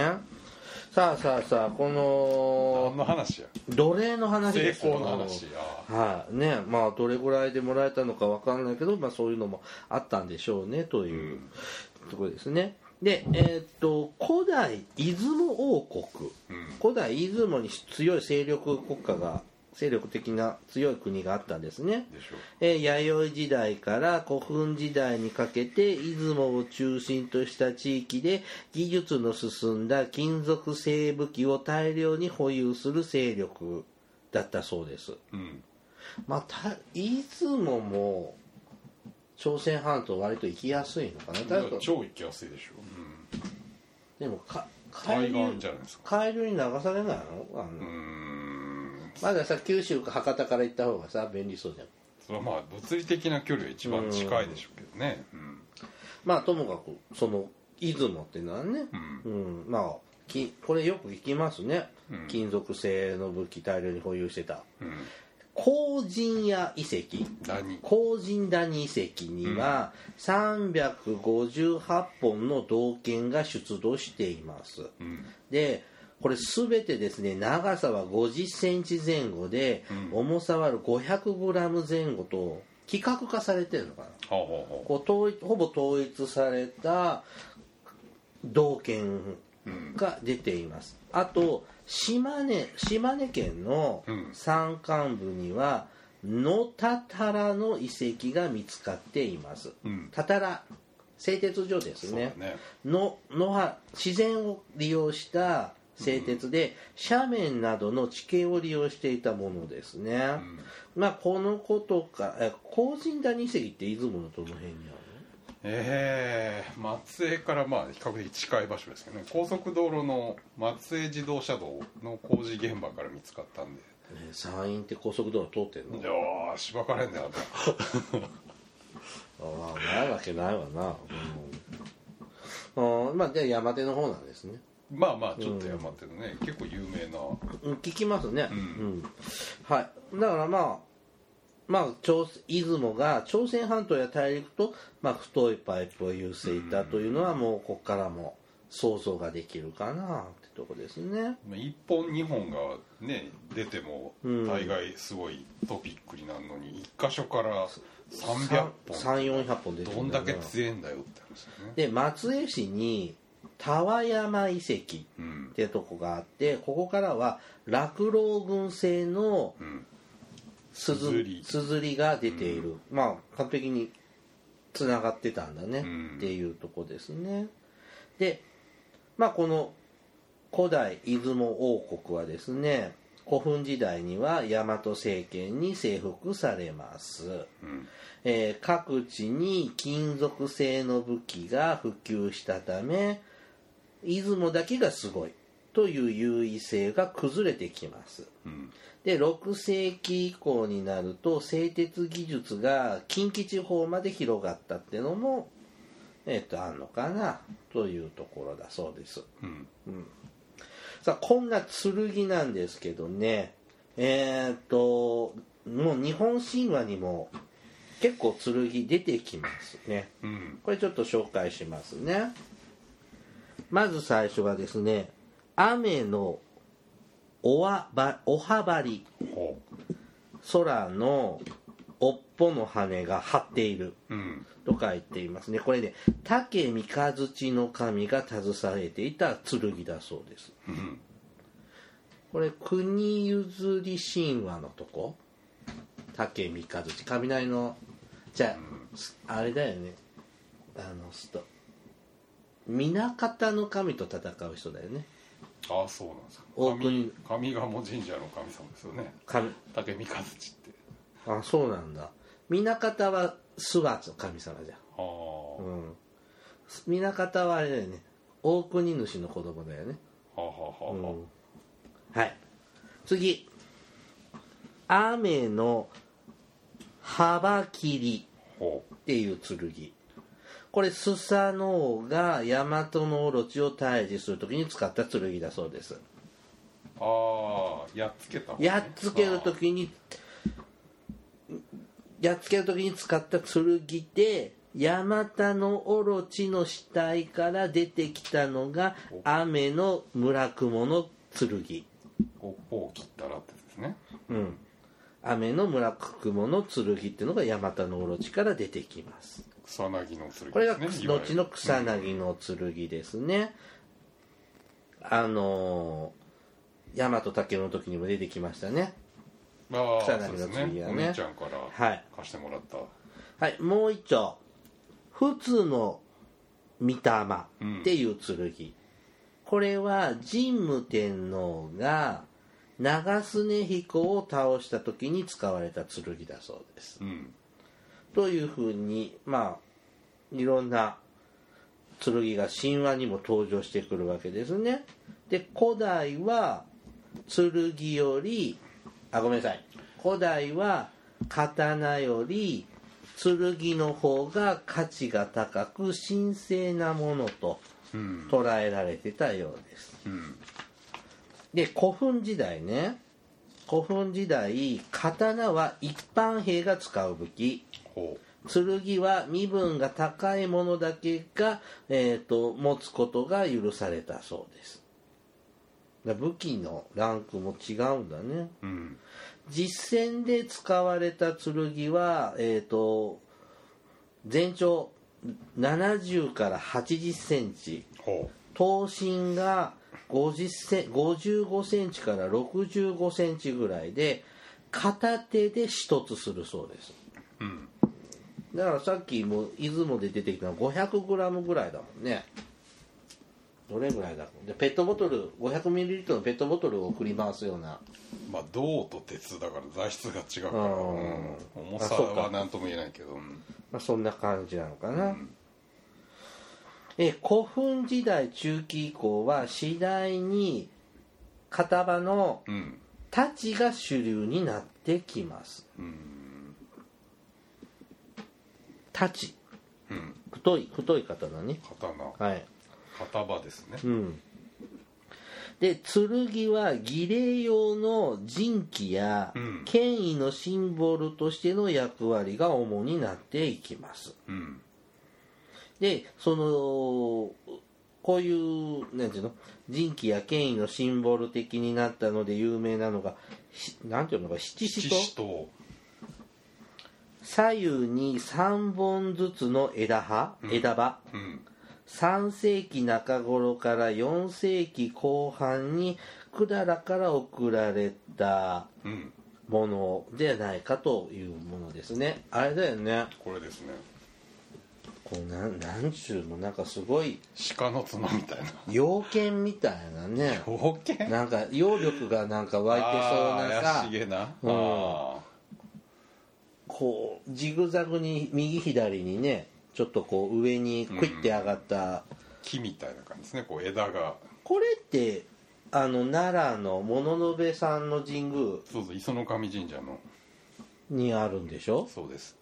[SPEAKER 1] さあさあさあこの
[SPEAKER 2] 何の話や
[SPEAKER 1] 奴隷の話
[SPEAKER 2] 成
[SPEAKER 1] ですよ
[SPEAKER 2] 功の話や
[SPEAKER 1] はいねまあどれぐらいでもらえたのかわかんないけど、まあ、そういうのもあったんでしょうねというところですねでえーっと古代出雲王国
[SPEAKER 2] うん
[SPEAKER 1] 古代出雲に強い勢力国家が勢力的な強い国があったんですね
[SPEAKER 2] でしょ
[SPEAKER 1] えー弥生時代から古墳時代にかけて出雲を中心とした地域で技術の進んだ金属製武器を大量に保有する勢力だったそうです
[SPEAKER 2] うん
[SPEAKER 1] まあた出雲も朝鮮半島割と行きやすいのかなだいぶ
[SPEAKER 2] 超行きやすいでしょ、う
[SPEAKER 1] で
[SPEAKER 2] ん、
[SPEAKER 1] もか
[SPEAKER 2] 対
[SPEAKER 1] 海流
[SPEAKER 2] 岸じゃないですか
[SPEAKER 1] 海流に流されないのあの、
[SPEAKER 2] うーん
[SPEAKER 1] まださ九州か博多から行った方がさ便利そうじゃん
[SPEAKER 2] それはまあ物理的な距離が一番近いでしょうけどねうん
[SPEAKER 1] まあともかくその出雲ってのはね、
[SPEAKER 2] うん
[SPEAKER 1] うん、まあきこれよく聞きますね、
[SPEAKER 2] うん
[SPEAKER 1] 金属製の武器大量に保有してた
[SPEAKER 2] うん
[SPEAKER 1] 鉱人や遺跡
[SPEAKER 2] 何
[SPEAKER 1] 鉱人谷遺跡には358本の銅剣が出土しています
[SPEAKER 2] うん
[SPEAKER 1] でこれ全てですね長さは50センチ前後で、
[SPEAKER 2] うん
[SPEAKER 1] 重さは500グラム前後と規格化されてるのかな
[SPEAKER 2] ほうほうほ
[SPEAKER 1] こう統一ほぼ統一された道県が出ています、あと島根島根県の
[SPEAKER 2] うん
[SPEAKER 1] 山間部には野たたらの遺跡が見つかっています、
[SPEAKER 2] うん
[SPEAKER 1] たたら製鉄所で
[SPEAKER 2] う
[SPEAKER 1] す
[SPEAKER 2] そうだ
[SPEAKER 1] ね
[SPEAKER 2] ね
[SPEAKER 1] の野原自然を利用した製鉄で、斜面などの地形を利用していたものですね、
[SPEAKER 2] うん
[SPEAKER 1] まあこのことかえ高神谷遺跡って出雲のどの辺に
[SPEAKER 2] ええ松江からまあ比較的近い場所ですけどね高速道路の松江自動車道の工事現場から見つかったんで
[SPEAKER 1] あるの、ね、山陰って高速道路通ってんの
[SPEAKER 2] いやーしばかれんだよ
[SPEAKER 1] ああないわけないわな、うん、あーまあじゃあ山手の方なんですね
[SPEAKER 2] まあまあちょっと山ってね、結構有名な
[SPEAKER 1] うん聞きますね、
[SPEAKER 2] う
[SPEAKER 1] うんはいだからまあまあ、朝出雲が朝鮮半島や大陸と、まあ、太いパイプを有していたというのはもうここからも想像ができるかなってとこですね。
[SPEAKER 2] まあ一本二本がね出ても
[SPEAKER 1] うん
[SPEAKER 2] 大概すごいトピックになるのに一箇所から300
[SPEAKER 1] 三
[SPEAKER 2] 本
[SPEAKER 1] 三四百本出て
[SPEAKER 2] ど
[SPEAKER 1] る
[SPEAKER 2] ん
[SPEAKER 1] だ
[SPEAKER 2] だ
[SPEAKER 1] よ
[SPEAKER 2] け
[SPEAKER 1] な
[SPEAKER 2] 強えんだよって話だよね
[SPEAKER 1] で松江市に田和山遺跡っ
[SPEAKER 2] うん
[SPEAKER 1] てとこがあってここからは落老軍製の
[SPEAKER 2] うん
[SPEAKER 1] すず
[SPEAKER 2] 硯
[SPEAKER 1] すずりが出ている、まあ完璧につながってたんだね、
[SPEAKER 2] うん
[SPEAKER 1] っていうとこですねでまあこの古代出雲王国はですね古墳時代には大和政権に征服されます
[SPEAKER 2] うん
[SPEAKER 1] えー各地に金属製の武器が普及したため出雲だけがすごいという優位性が崩れてきます
[SPEAKER 2] うん
[SPEAKER 1] で6世紀以降になると製鉄技術が近畿地方まで広がったってのもえっ、とあんのかなというところだそうです
[SPEAKER 2] うん
[SPEAKER 1] さあこんな剣なんですけどねえーっともう日本神話にも結構剣出てきますね
[SPEAKER 2] うん
[SPEAKER 1] これちょっと紹介しますねまず最初はですね雨のおはばおはばり
[SPEAKER 2] ほ
[SPEAKER 1] 空の尾っぽの羽が張っている
[SPEAKER 2] ううん
[SPEAKER 1] と書いていますねこれね竹三日月の神が携えていた剣だそうです
[SPEAKER 2] うん
[SPEAKER 1] これ国譲り神話のとこ竹三日月雷のじゃあすあれだよねあのすと南方の神と戦う人だよね
[SPEAKER 2] ああそうなんですか
[SPEAKER 1] 大国
[SPEAKER 2] 神神鴨神社の神様ですよね
[SPEAKER 1] 神
[SPEAKER 2] 竹三日月って
[SPEAKER 1] あそうなんだ南方は諏訪の神様じゃん
[SPEAKER 2] あ
[SPEAKER 1] う
[SPEAKER 2] あ、
[SPEAKER 1] ん南方はあれだよね大国主の子供だよね
[SPEAKER 2] はあはあはあ、
[SPEAKER 1] うんはい次雨の幅切り
[SPEAKER 2] ほ
[SPEAKER 1] っていう剣これスサノオが大和のオロチを退治するときに使った剣だそうです
[SPEAKER 2] うああやっつけた方ね
[SPEAKER 1] やっつけるときにやっつけるときに使った剣でヤマタノオロチの死体から出てきたのが雨の村雲の剣
[SPEAKER 2] 尾っぽを切ったらってやつですね
[SPEAKER 1] うん雨の村雲の剣っていうのがヤマタノオロチから出てきます
[SPEAKER 2] 草薙の剣ですね
[SPEAKER 1] これが
[SPEAKER 2] いわゆる
[SPEAKER 1] 後の草薙の剣ですね、あのー、大和武の時にも出てきましたね
[SPEAKER 2] ああ
[SPEAKER 1] 草薙の
[SPEAKER 2] そうです
[SPEAKER 1] 次
[SPEAKER 2] ね
[SPEAKER 1] はね
[SPEAKER 2] お姉ちゃんか
[SPEAKER 1] はい
[SPEAKER 2] ら貸してもらった、
[SPEAKER 1] はいもう一丁普通の御霊っていう剣、これは神武天皇が長常彦を倒した時に使われた剣だそうです
[SPEAKER 2] うん
[SPEAKER 1] というふうにまあいろんな剣が神話にも登場してくるわけですねで古代は剣よりあごめんなさい古代は刀より剣の方が価値が高く神聖なものと
[SPEAKER 2] うん
[SPEAKER 1] 捉えられてたようです
[SPEAKER 2] うん
[SPEAKER 1] で古墳時代ね古墳時代刀は一般兵が使う武器
[SPEAKER 2] ほ
[SPEAKER 1] 剣は身分が高いものだけが、えー、と持つことが許されたそうですだ武器のランクも違うんだね
[SPEAKER 2] ううん
[SPEAKER 1] 実戦で使われた剣は、えー、と全長70から80センチ
[SPEAKER 2] ほ
[SPEAKER 1] 頭身が50セン55センチから65センチぐらいで片手で一つするそうです
[SPEAKER 2] ううん
[SPEAKER 1] だからさっきも出雲で出てきたの 500g ぐらいだもんねどれぐらいだろうでペットボトル 500ml のペットボトルを振り回すような
[SPEAKER 2] まあ銅と鉄だから材質が違うから、
[SPEAKER 1] あー
[SPEAKER 2] うん重
[SPEAKER 1] あ
[SPEAKER 2] さ
[SPEAKER 1] そうか
[SPEAKER 2] は何とも言えないけどうん
[SPEAKER 1] まあ、そんな感じなのかな、え古墳時代中期以降は次第に片場の
[SPEAKER 2] うん
[SPEAKER 1] 太刀が主流になってきます
[SPEAKER 2] うん
[SPEAKER 1] 太刀
[SPEAKER 2] うん
[SPEAKER 1] 太い太い刀ね
[SPEAKER 2] 刀
[SPEAKER 1] はい
[SPEAKER 2] 片刃ですね
[SPEAKER 1] うんで剣は儀礼用の神器や
[SPEAKER 2] うん
[SPEAKER 1] 権威のシンボルとしての役割が主になっていきます
[SPEAKER 2] うん
[SPEAKER 1] でそのこういうなんていうの人気や権威のシンボル的になったので有名なのがしなんていうのか七
[SPEAKER 2] 七
[SPEAKER 1] 支と
[SPEAKER 2] 支と
[SPEAKER 1] 左右に3本ずつの枝葉、枝葉
[SPEAKER 2] うん
[SPEAKER 1] 3世紀中頃から4世紀後半に百済から送られた
[SPEAKER 2] うん
[SPEAKER 1] ものではないかというものですねあれだよね
[SPEAKER 2] これですね
[SPEAKER 1] こうなんなんちゅうのなんかすごい
[SPEAKER 2] 鹿の角みたいな
[SPEAKER 1] 妖剣みたいなね
[SPEAKER 2] 冒険
[SPEAKER 1] なんか揚力がなんか湧いてそうな
[SPEAKER 2] あー
[SPEAKER 1] さ
[SPEAKER 2] 怪しげな、
[SPEAKER 1] うん
[SPEAKER 2] あ
[SPEAKER 1] こうジグザグに右左にねちょっとこう上にクイッて上がった、
[SPEAKER 2] ー木みたいな感じですねこう枝が
[SPEAKER 1] これってあの奈良の物部さんの神宮
[SPEAKER 2] そうそう磯の神神社の
[SPEAKER 1] にあるんでしょ
[SPEAKER 2] そうです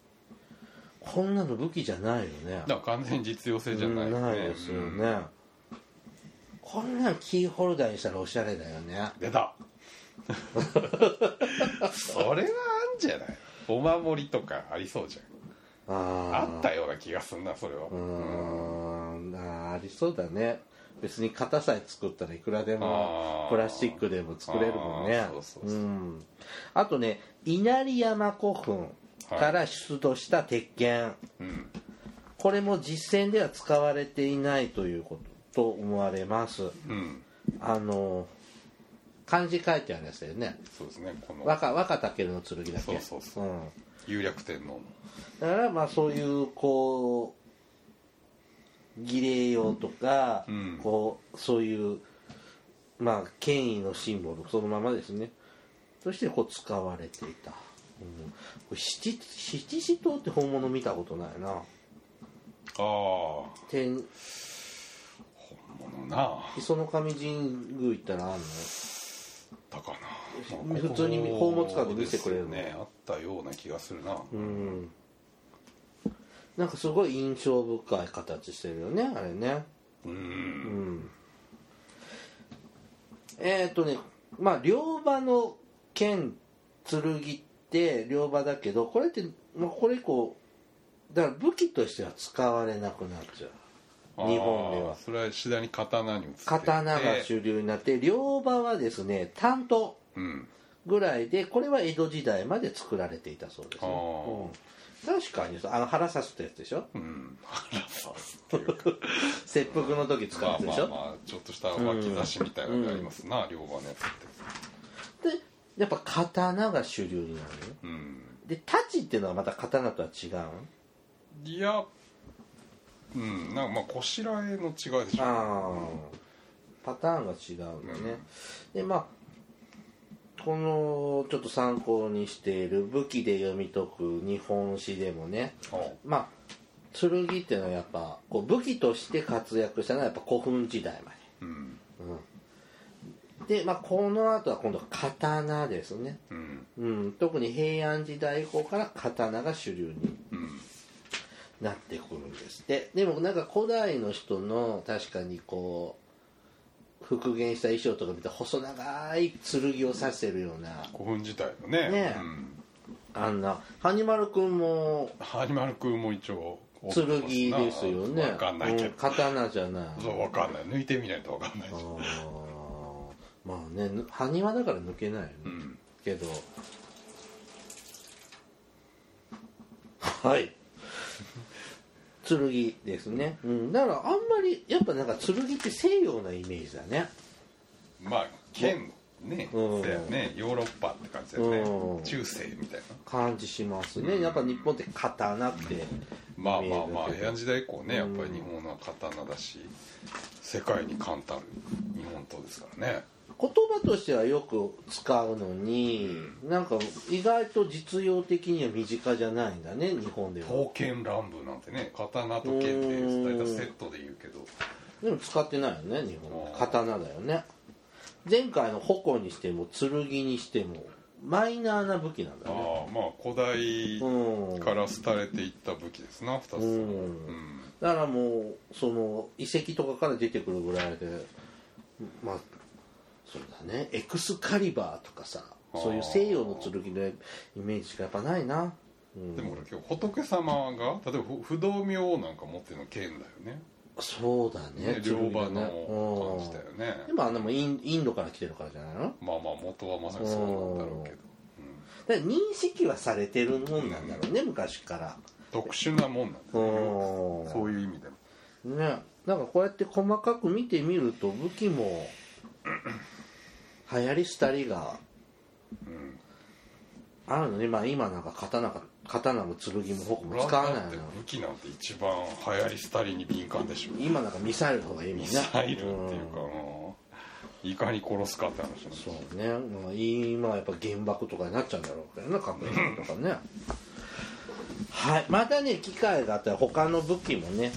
[SPEAKER 1] こんなの武器じゃないよね
[SPEAKER 2] だから完全に実用性じゃない,、
[SPEAKER 1] うんないですよね、こんなんキーホルダーにしたらおしゃれだよね
[SPEAKER 2] 出 [laughs] たそれはあんじゃないお守りとかありそうじ
[SPEAKER 1] あ
[SPEAKER 2] ゃん
[SPEAKER 1] あ
[SPEAKER 2] あったような気がすんなそれは
[SPEAKER 1] うーんあーありそうだね別に型さえ作ったらいくらでも
[SPEAKER 2] あー
[SPEAKER 1] プラスチックでも作れるもんね
[SPEAKER 2] あーそうそうそうん
[SPEAKER 1] あとね稲荷山古墳から出土した鉄拳、
[SPEAKER 2] うん
[SPEAKER 1] これも実戦では使われていないということと思われます
[SPEAKER 2] うん
[SPEAKER 1] あの漢字書いてあるやつだよね
[SPEAKER 2] そうですねこの
[SPEAKER 1] 若若竹の剣だっけ
[SPEAKER 2] そうそうそ
[SPEAKER 1] うん
[SPEAKER 2] 有楽天皇の
[SPEAKER 1] だからまあそういうこう儀礼用とか、
[SPEAKER 2] うん
[SPEAKER 1] こうそういうまあ権威のシンボルそのままですねとしてこう使われていた、うん、これ七七支刀って本物見たことないな
[SPEAKER 2] ああ
[SPEAKER 1] 天
[SPEAKER 2] 本物な
[SPEAKER 1] 磯の神神宮行ったらあんの
[SPEAKER 2] だかな、
[SPEAKER 1] ふ普通に宝物館で見せてくれるの
[SPEAKER 2] ですねあったような気がするな、
[SPEAKER 1] うんなんかすごい印象深い形してるよねあれね
[SPEAKER 2] う、
[SPEAKER 1] うんんえっ、とねまあ両刃の剣剣って両刃だけどこれって、まあ、これ以降だから武器としては使われなくなっちゃう
[SPEAKER 2] あー
[SPEAKER 1] 日本では
[SPEAKER 2] それは次第に刀に移っていって
[SPEAKER 1] 刀が主流になって両刃はですね担当
[SPEAKER 2] うん
[SPEAKER 1] ぐらいでこれは江戸時代まで作られていたそうです、
[SPEAKER 2] あ
[SPEAKER 1] ねうん、確かにあの腹刺すってやつでし
[SPEAKER 2] [laughs]
[SPEAKER 1] ょ [laughs]
[SPEAKER 2] うん
[SPEAKER 1] 切腹の時使う
[SPEAKER 2] ま
[SPEAKER 1] や
[SPEAKER 2] あ
[SPEAKER 1] つで
[SPEAKER 2] ま
[SPEAKER 1] し
[SPEAKER 2] あ
[SPEAKER 1] ょ、
[SPEAKER 2] まあちょっとした脇差しみたいなのがありますな、両刃のやつって
[SPEAKER 1] でやっぱ刀が主流になるよ
[SPEAKER 2] うん
[SPEAKER 1] で太刀っていうのはまた刀とは違う
[SPEAKER 2] いやうんなんかまあこしらえの違いでしょ
[SPEAKER 1] ああパターンが違うんだね、でまあこのちょっと参考にしている武器で読み解く日本史でもね
[SPEAKER 2] あ
[SPEAKER 1] まあ剣っていうのはやっぱこう武器として活躍したのはやっぱ古墳時代ま
[SPEAKER 2] うん
[SPEAKER 1] ででまあこの後は今度は刀ですね
[SPEAKER 2] うん
[SPEAKER 1] うん特に平安時代以降から刀が主流に
[SPEAKER 2] うん
[SPEAKER 1] なってくるんですってでもなんか古代の人の確かにこう復元した衣装とか見たら細長い剣を刺してるような
[SPEAKER 2] 古墳自体のね
[SPEAKER 1] ね
[SPEAKER 2] うん、
[SPEAKER 1] あんなハニマルくんも
[SPEAKER 2] ハニマル君も一応
[SPEAKER 1] 剣ですよね
[SPEAKER 2] 分かんないけど、
[SPEAKER 1] うん刀じゃない
[SPEAKER 2] そう分かんない抜いてみないと分かんない
[SPEAKER 1] あ
[SPEAKER 2] です、
[SPEAKER 1] ーまあねぬ埴輪だから抜けないよね、
[SPEAKER 2] うん、
[SPEAKER 1] けどはい剣ですね、うん、だからあんまりやっぱなんか剣って西洋なイメージだね
[SPEAKER 2] まあ剣ね、
[SPEAKER 1] うん
[SPEAKER 2] だよねヨーロッパって感じだよね、
[SPEAKER 1] うん
[SPEAKER 2] 中世みたいな
[SPEAKER 1] 感じしますね、やっぱ日本って刀って
[SPEAKER 2] まあまあまあ
[SPEAKER 1] 見えるけど
[SPEAKER 2] 平安時代以降ねやっぱ
[SPEAKER 1] う
[SPEAKER 2] り
[SPEAKER 1] ん
[SPEAKER 2] 日本の刀だし世界に冠たる日本刀ですからね
[SPEAKER 1] 言葉としてはよく使うのに、なんか意外と実用的には身近じゃないんだね日本では
[SPEAKER 2] 刀剣乱舞なんてね刀と剣って大体セットで言うけど
[SPEAKER 1] でも使ってないよね日本は
[SPEAKER 2] あー
[SPEAKER 1] 刀だよね前回の矛にしても剣にしてもマイナーな武器なんだね
[SPEAKER 2] ああまあ古代
[SPEAKER 1] うん
[SPEAKER 2] から廃れていった武器ですな2つとも、
[SPEAKER 1] う
[SPEAKER 2] うんん
[SPEAKER 1] だからもうその遺跡とかから出てくるぐらいでまあそうだねエクスカリバーとかさ
[SPEAKER 2] あー
[SPEAKER 1] そういう西洋の剣のイメージがやっぱないな、うん
[SPEAKER 2] でも俺今日仏様が例えば不不動明王なんか持ってるの剣だよね
[SPEAKER 1] そうだね
[SPEAKER 2] ね
[SPEAKER 1] 剣
[SPEAKER 2] 両
[SPEAKER 1] だね
[SPEAKER 2] 刃の感じだよね
[SPEAKER 1] うんでもあのもインインドから来てるからじゃないの
[SPEAKER 2] まあまあ元はまさにそうなんだろう
[SPEAKER 1] だ
[SPEAKER 2] けど、うん
[SPEAKER 1] から認識はされてるもんなんだろうね昔から
[SPEAKER 2] 特殊なもんなんです
[SPEAKER 1] おー
[SPEAKER 2] ねそういう意味でも
[SPEAKER 1] ねなんかこうやって細かく見てみると武器も流行り廃りが
[SPEAKER 2] うん
[SPEAKER 1] あるのね、まあ、今なんか刀が刀も剣も矛も使わない
[SPEAKER 2] だって
[SPEAKER 1] の
[SPEAKER 2] 武器なんて一番流行り廃りに敏感でしょ
[SPEAKER 1] 今なんかミサイルの方がいいもんね
[SPEAKER 2] ミサイルっていう
[SPEAKER 1] ん
[SPEAKER 2] かうんいかに殺すかって話なんです
[SPEAKER 1] そうね、まあ、今はやっぱ原爆とかになっちゃうんだろうけどね核兵器とかねはいまたね機会があったら他の武器もね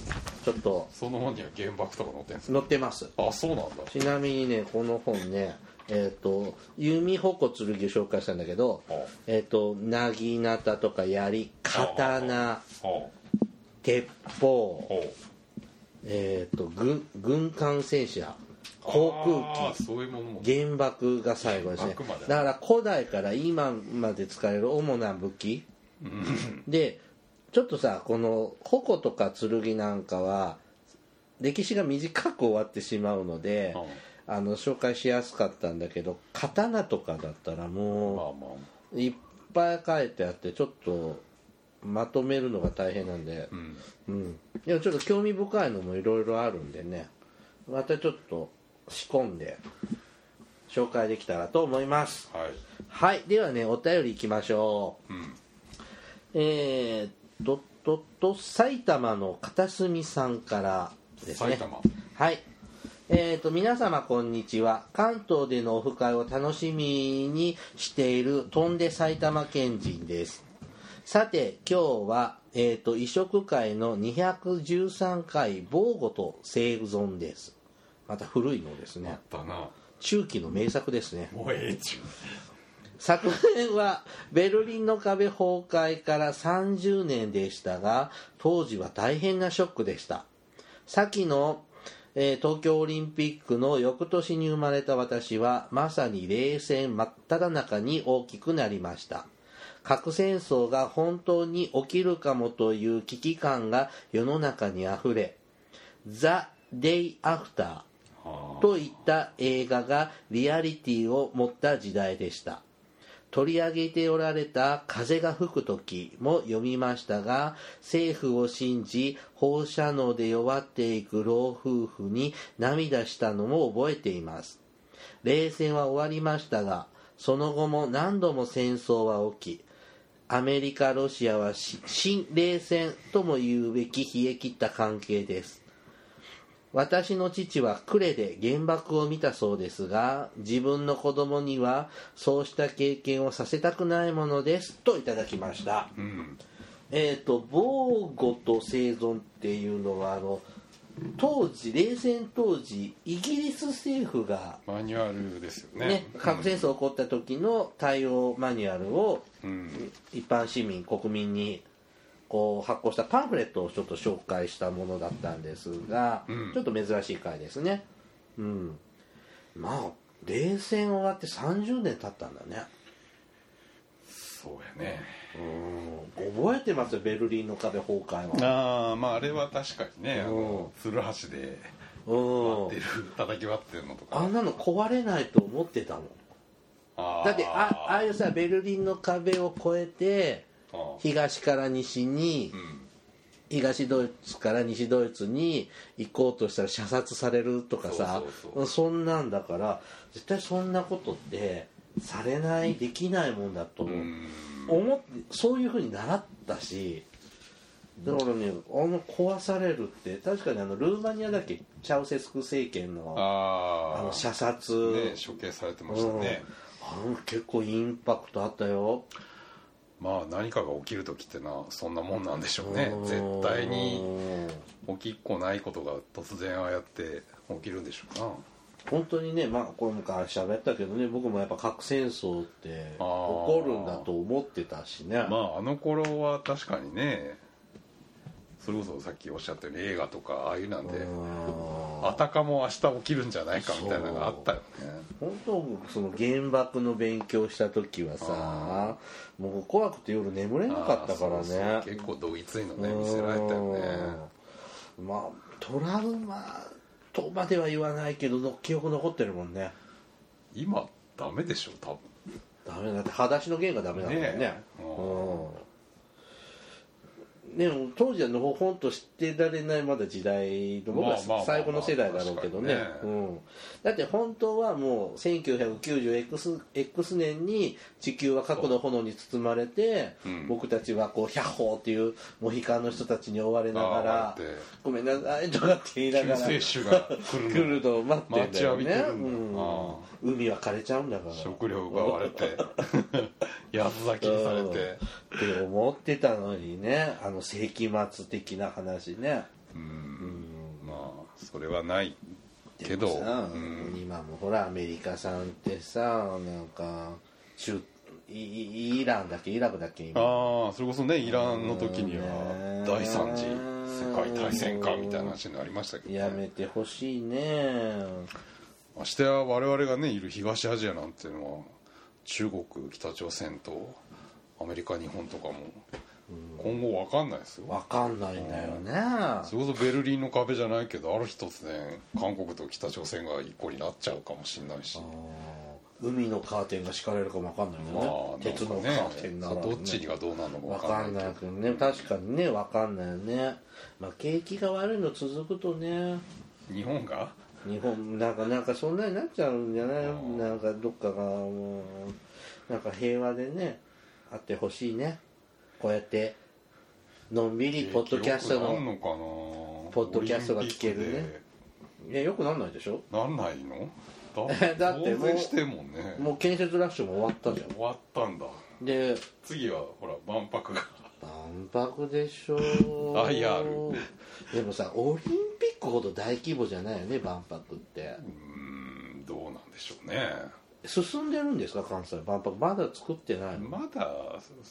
[SPEAKER 1] ちょっと
[SPEAKER 2] その本には原爆とか載ってんですか
[SPEAKER 1] 載ってます
[SPEAKER 2] あそうなんだ
[SPEAKER 1] ちなみにねこの本ねえっ、と弓矛剣を紹介したんだけど
[SPEAKER 2] あ
[SPEAKER 1] えっ、となぎなたとか槍刀
[SPEAKER 2] ああ
[SPEAKER 1] 鉄砲
[SPEAKER 2] あ
[SPEAKER 1] えっ、と軍軍艦戦車航
[SPEAKER 2] あ
[SPEAKER 1] 空
[SPEAKER 2] ーそういうものも
[SPEAKER 1] 機原爆が最後ですね
[SPEAKER 2] 原爆まで
[SPEAKER 1] だから古代から今まで使える主な武器
[SPEAKER 2] うん
[SPEAKER 1] でちょっとさこの矛とか剣なんかは歴史が短く終わってしまうので、あの紹介しやすかったんだけど刀とかだったら
[SPEAKER 2] まあ
[SPEAKER 1] も
[SPEAKER 2] まあ
[SPEAKER 1] ういっぱい書いてあってちょっとまとめるのが大変なんで
[SPEAKER 2] うん
[SPEAKER 1] うんでもちょっと興味深いのもいろいろあるんでねまたちょっと仕込んで紹介できたらと思います
[SPEAKER 2] はい
[SPEAKER 1] はいではねお便りいきましょう
[SPEAKER 2] うん
[SPEAKER 1] えー、とっとっと埼玉の片隅さんからですね
[SPEAKER 2] 埼玉
[SPEAKER 1] はい。えー、と皆様こんにちは関東でのオフ会を楽しみにしている飛んで埼玉県人ですさて今日は、えー、と異色会の213回防護と生存ですまた古いのです
[SPEAKER 2] あ
[SPEAKER 1] ね
[SPEAKER 2] ったな
[SPEAKER 1] 中期の名作ですね
[SPEAKER 2] もうええっちゅう
[SPEAKER 1] 昨年はベルリンの壁崩壊から30年でしたが当時は大変なショックでした先の、えー東京オリンピックの翌年に生まれた私はまさに冷戦真っ只中に大きくなりました核戦争が本当に起きるかもという危機感が世の中にあふれ「ザ・デイ・アフター」
[SPEAKER 2] あ
[SPEAKER 1] といった映画がリアリティを持った時代でした取り上げておられた「風が吹く時」も読みましたが政府を信じ放射能で弱っていく老夫婦に涙したのも覚えています冷戦は終わりましたがその後も何度も戦争は起きアメリカロシアはし新冷戦とも言うべき冷え切った関係です私の父は呉で原爆を見たそうですが自分の子供にはそうした経験をさせたくないものですといただきました
[SPEAKER 2] うん
[SPEAKER 1] えっ、と防護と生存っていうのはあの当時冷戦当時イギリス政府が
[SPEAKER 2] マニュアルですよ
[SPEAKER 1] ね
[SPEAKER 2] ね
[SPEAKER 1] 核戦争起こった時の対応マニュアルを
[SPEAKER 2] うん
[SPEAKER 1] 一般市民国民にこう発行したパンフレットをちょっと紹介したものだったんですが、
[SPEAKER 2] うん
[SPEAKER 1] ちょっと珍しい回ですねうんまあ冷戦終わって30年経ったんだね
[SPEAKER 2] そうやね
[SPEAKER 1] うん覚えてますベルリンの壁崩壊は
[SPEAKER 2] ああまああれは確かにねあの
[SPEAKER 1] う
[SPEAKER 2] つるはしで
[SPEAKER 1] う
[SPEAKER 2] 出
[SPEAKER 1] ん
[SPEAKER 2] る叩き割ってるのとか
[SPEAKER 1] あんなの壊れないと思ってたもん
[SPEAKER 2] あー
[SPEAKER 1] だってあああいうさベルリンの壁を越え
[SPEAKER 2] あ
[SPEAKER 1] て
[SPEAKER 2] ー
[SPEAKER 1] 東から西に
[SPEAKER 2] うん
[SPEAKER 1] 東ドイツから西ドイツに行こうとしたら射殺されるとかさ
[SPEAKER 2] そ
[SPEAKER 1] そう
[SPEAKER 2] そうそうん
[SPEAKER 1] なんだから絶対そんなことってされないできないもんだと思う、
[SPEAKER 2] うん
[SPEAKER 1] 思ってそういうふうに習ったしだからねあの壊されるって確かにあのルーマニアだっけチャウセスク政権の
[SPEAKER 2] あ
[SPEAKER 1] あ
[SPEAKER 2] あ
[SPEAKER 1] の射殺、
[SPEAKER 2] ね処刑されてましたね、
[SPEAKER 1] うんあの結構インパクトあったよ
[SPEAKER 2] まあ何かが起きる時ってなそんなもんなんでしょうね絶対に
[SPEAKER 1] うん
[SPEAKER 2] 起きっこないことが突然ああやって起きるんでしょうな
[SPEAKER 1] 本当にねまあこれ昔喋ったけどね僕もやっぱ核戦争って起
[SPEAKER 2] あー
[SPEAKER 1] こるんだと思ってたしね
[SPEAKER 2] まああの頃は確かにねそれこそさっきおっしゃったように映画とかああいうなんで
[SPEAKER 1] うん
[SPEAKER 2] あたかも明日起きるんじゃないかみたいなのがあったよね
[SPEAKER 1] 本当その原爆の勉強した時はさもう怖くて夜眠れなかったから
[SPEAKER 2] あーそうそう
[SPEAKER 1] ね
[SPEAKER 2] 結構どぎついのね見せられたよね
[SPEAKER 1] うんまあトラウマとまでは言わないけどの記憶残ってるもんね
[SPEAKER 2] 今ダメでしょ多
[SPEAKER 1] ダメだって裸足の弦がダメだ
[SPEAKER 2] 分
[SPEAKER 1] もんね
[SPEAKER 2] ねえ
[SPEAKER 1] うんでも当時はのほほんと知ってられないまだ時代の僕
[SPEAKER 2] まあまあまあま
[SPEAKER 1] は
[SPEAKER 2] あ
[SPEAKER 1] 最後の世代だろうけどね
[SPEAKER 2] 確か
[SPEAKER 1] う
[SPEAKER 2] に
[SPEAKER 1] んだって本当はもう 1990X X 年に地球は過去の炎に包まれて、
[SPEAKER 2] うん
[SPEAKER 1] 僕たちはこう「百歩」っていうモヒカンの人たちに追われなが
[SPEAKER 2] あ
[SPEAKER 1] ら
[SPEAKER 2] ー追われて
[SPEAKER 1] 「ごめんなさい」とかって言いながら
[SPEAKER 2] 救世主が来るの
[SPEAKER 1] 来るのを待ってんだよね
[SPEAKER 2] 待ちわびてるんだ
[SPEAKER 1] う
[SPEAKER 2] あ
[SPEAKER 1] ん、海は枯れちゃうんだから
[SPEAKER 2] 食料奪われて [laughs] 安咲きにされ
[SPEAKER 1] っ
[SPEAKER 2] て
[SPEAKER 1] て思ってたのにねあの世紀末的な話ね
[SPEAKER 2] まあそれはないけど
[SPEAKER 1] でもさ
[SPEAKER 2] うん
[SPEAKER 1] 今もほらアメリカさんってさなんか中イイイランだっけイラクだっけ今
[SPEAKER 2] ああそれこそねイランの時には
[SPEAKER 1] うん
[SPEAKER 2] 第三次世界大戦かみたいな話になりましたけ
[SPEAKER 1] や
[SPEAKER 2] ど、ね、
[SPEAKER 1] めてほしいね
[SPEAKER 2] ましてや我々がねいる東アジアなんていうのは中国北朝鮮とアメリカ日本とかも今後わかんないですよ
[SPEAKER 1] わかんないんだよね
[SPEAKER 2] それこそベルリンの壁じゃないけどある日突然韓国と北朝鮮が一個になっちゃうかもしれないし
[SPEAKER 1] 海のカーテンが敷かれるかもわかんない
[SPEAKER 2] まあ
[SPEAKER 1] よね
[SPEAKER 2] なん
[SPEAKER 1] 鉄
[SPEAKER 2] か
[SPEAKER 1] のカーテン
[SPEAKER 2] ね
[SPEAKER 1] な
[SPEAKER 2] そ
[SPEAKER 1] ら
[SPEAKER 2] う
[SPEAKER 1] ね
[SPEAKER 2] どっちがどうなるのかわ
[SPEAKER 1] わ
[SPEAKER 2] か
[SPEAKER 1] か
[SPEAKER 2] ん
[SPEAKER 1] ん
[SPEAKER 2] ない
[SPEAKER 1] な
[SPEAKER 2] け
[SPEAKER 1] いけどね確かにねわかんないよね、まあ、景気が悪いの続くとね
[SPEAKER 2] ど日本が
[SPEAKER 1] 日本なんかなんかそんなになっちゃうんじゃない
[SPEAKER 2] うん
[SPEAKER 1] なんかどっかがもうなんか平和でねあってほしいねこうやってのんびりポッドキャスト
[SPEAKER 2] 景気良
[SPEAKER 1] の
[SPEAKER 2] くなんのかな
[SPEAKER 1] ポッドキャストが聞けるね
[SPEAKER 2] オリンピックで
[SPEAKER 1] いやよくなんないでしょ
[SPEAKER 2] なんないの
[SPEAKER 1] え [laughs] だってもう
[SPEAKER 2] 当然してんもんね
[SPEAKER 1] もう建設ラッシュも終わったじゃ
[SPEAKER 2] 終わったんだ
[SPEAKER 1] んで
[SPEAKER 2] 次はほら万博が
[SPEAKER 1] 万博でしょ
[SPEAKER 2] IR
[SPEAKER 1] でもさオリンピックほど大規模じゃないよね万博って
[SPEAKER 2] うーんどうなんでしょうね
[SPEAKER 1] 進んでるんですか関西万博まだ作ってないの
[SPEAKER 2] まだ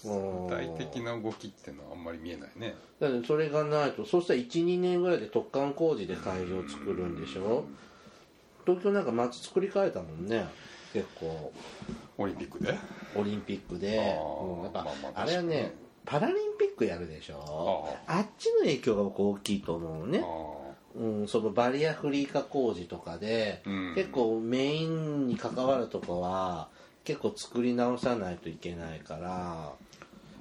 [SPEAKER 1] うん
[SPEAKER 2] 具体的な動きってのはあんまり見えないね
[SPEAKER 1] だってそれがないとそうしたら12年ぐらいで突貫工事で会場作るんでしょ東京なんか街作り変えたもんね結構
[SPEAKER 2] オリンピックで
[SPEAKER 1] オリンピックで、
[SPEAKER 2] あー
[SPEAKER 1] うんやっぱ
[SPEAKER 2] まあまあ
[SPEAKER 1] あれは
[SPEAKER 2] 確かにね
[SPEAKER 1] ねパラリンピックやるでしょあっちの影響が僕大きいと思うの
[SPEAKER 2] あ
[SPEAKER 1] ね、
[SPEAKER 2] あ
[SPEAKER 1] うん、そのバリアフリー化工事とかで、
[SPEAKER 2] うん
[SPEAKER 1] 結構メインに関わるとこは結構作り直さないといけないから、
[SPEAKER 2] ま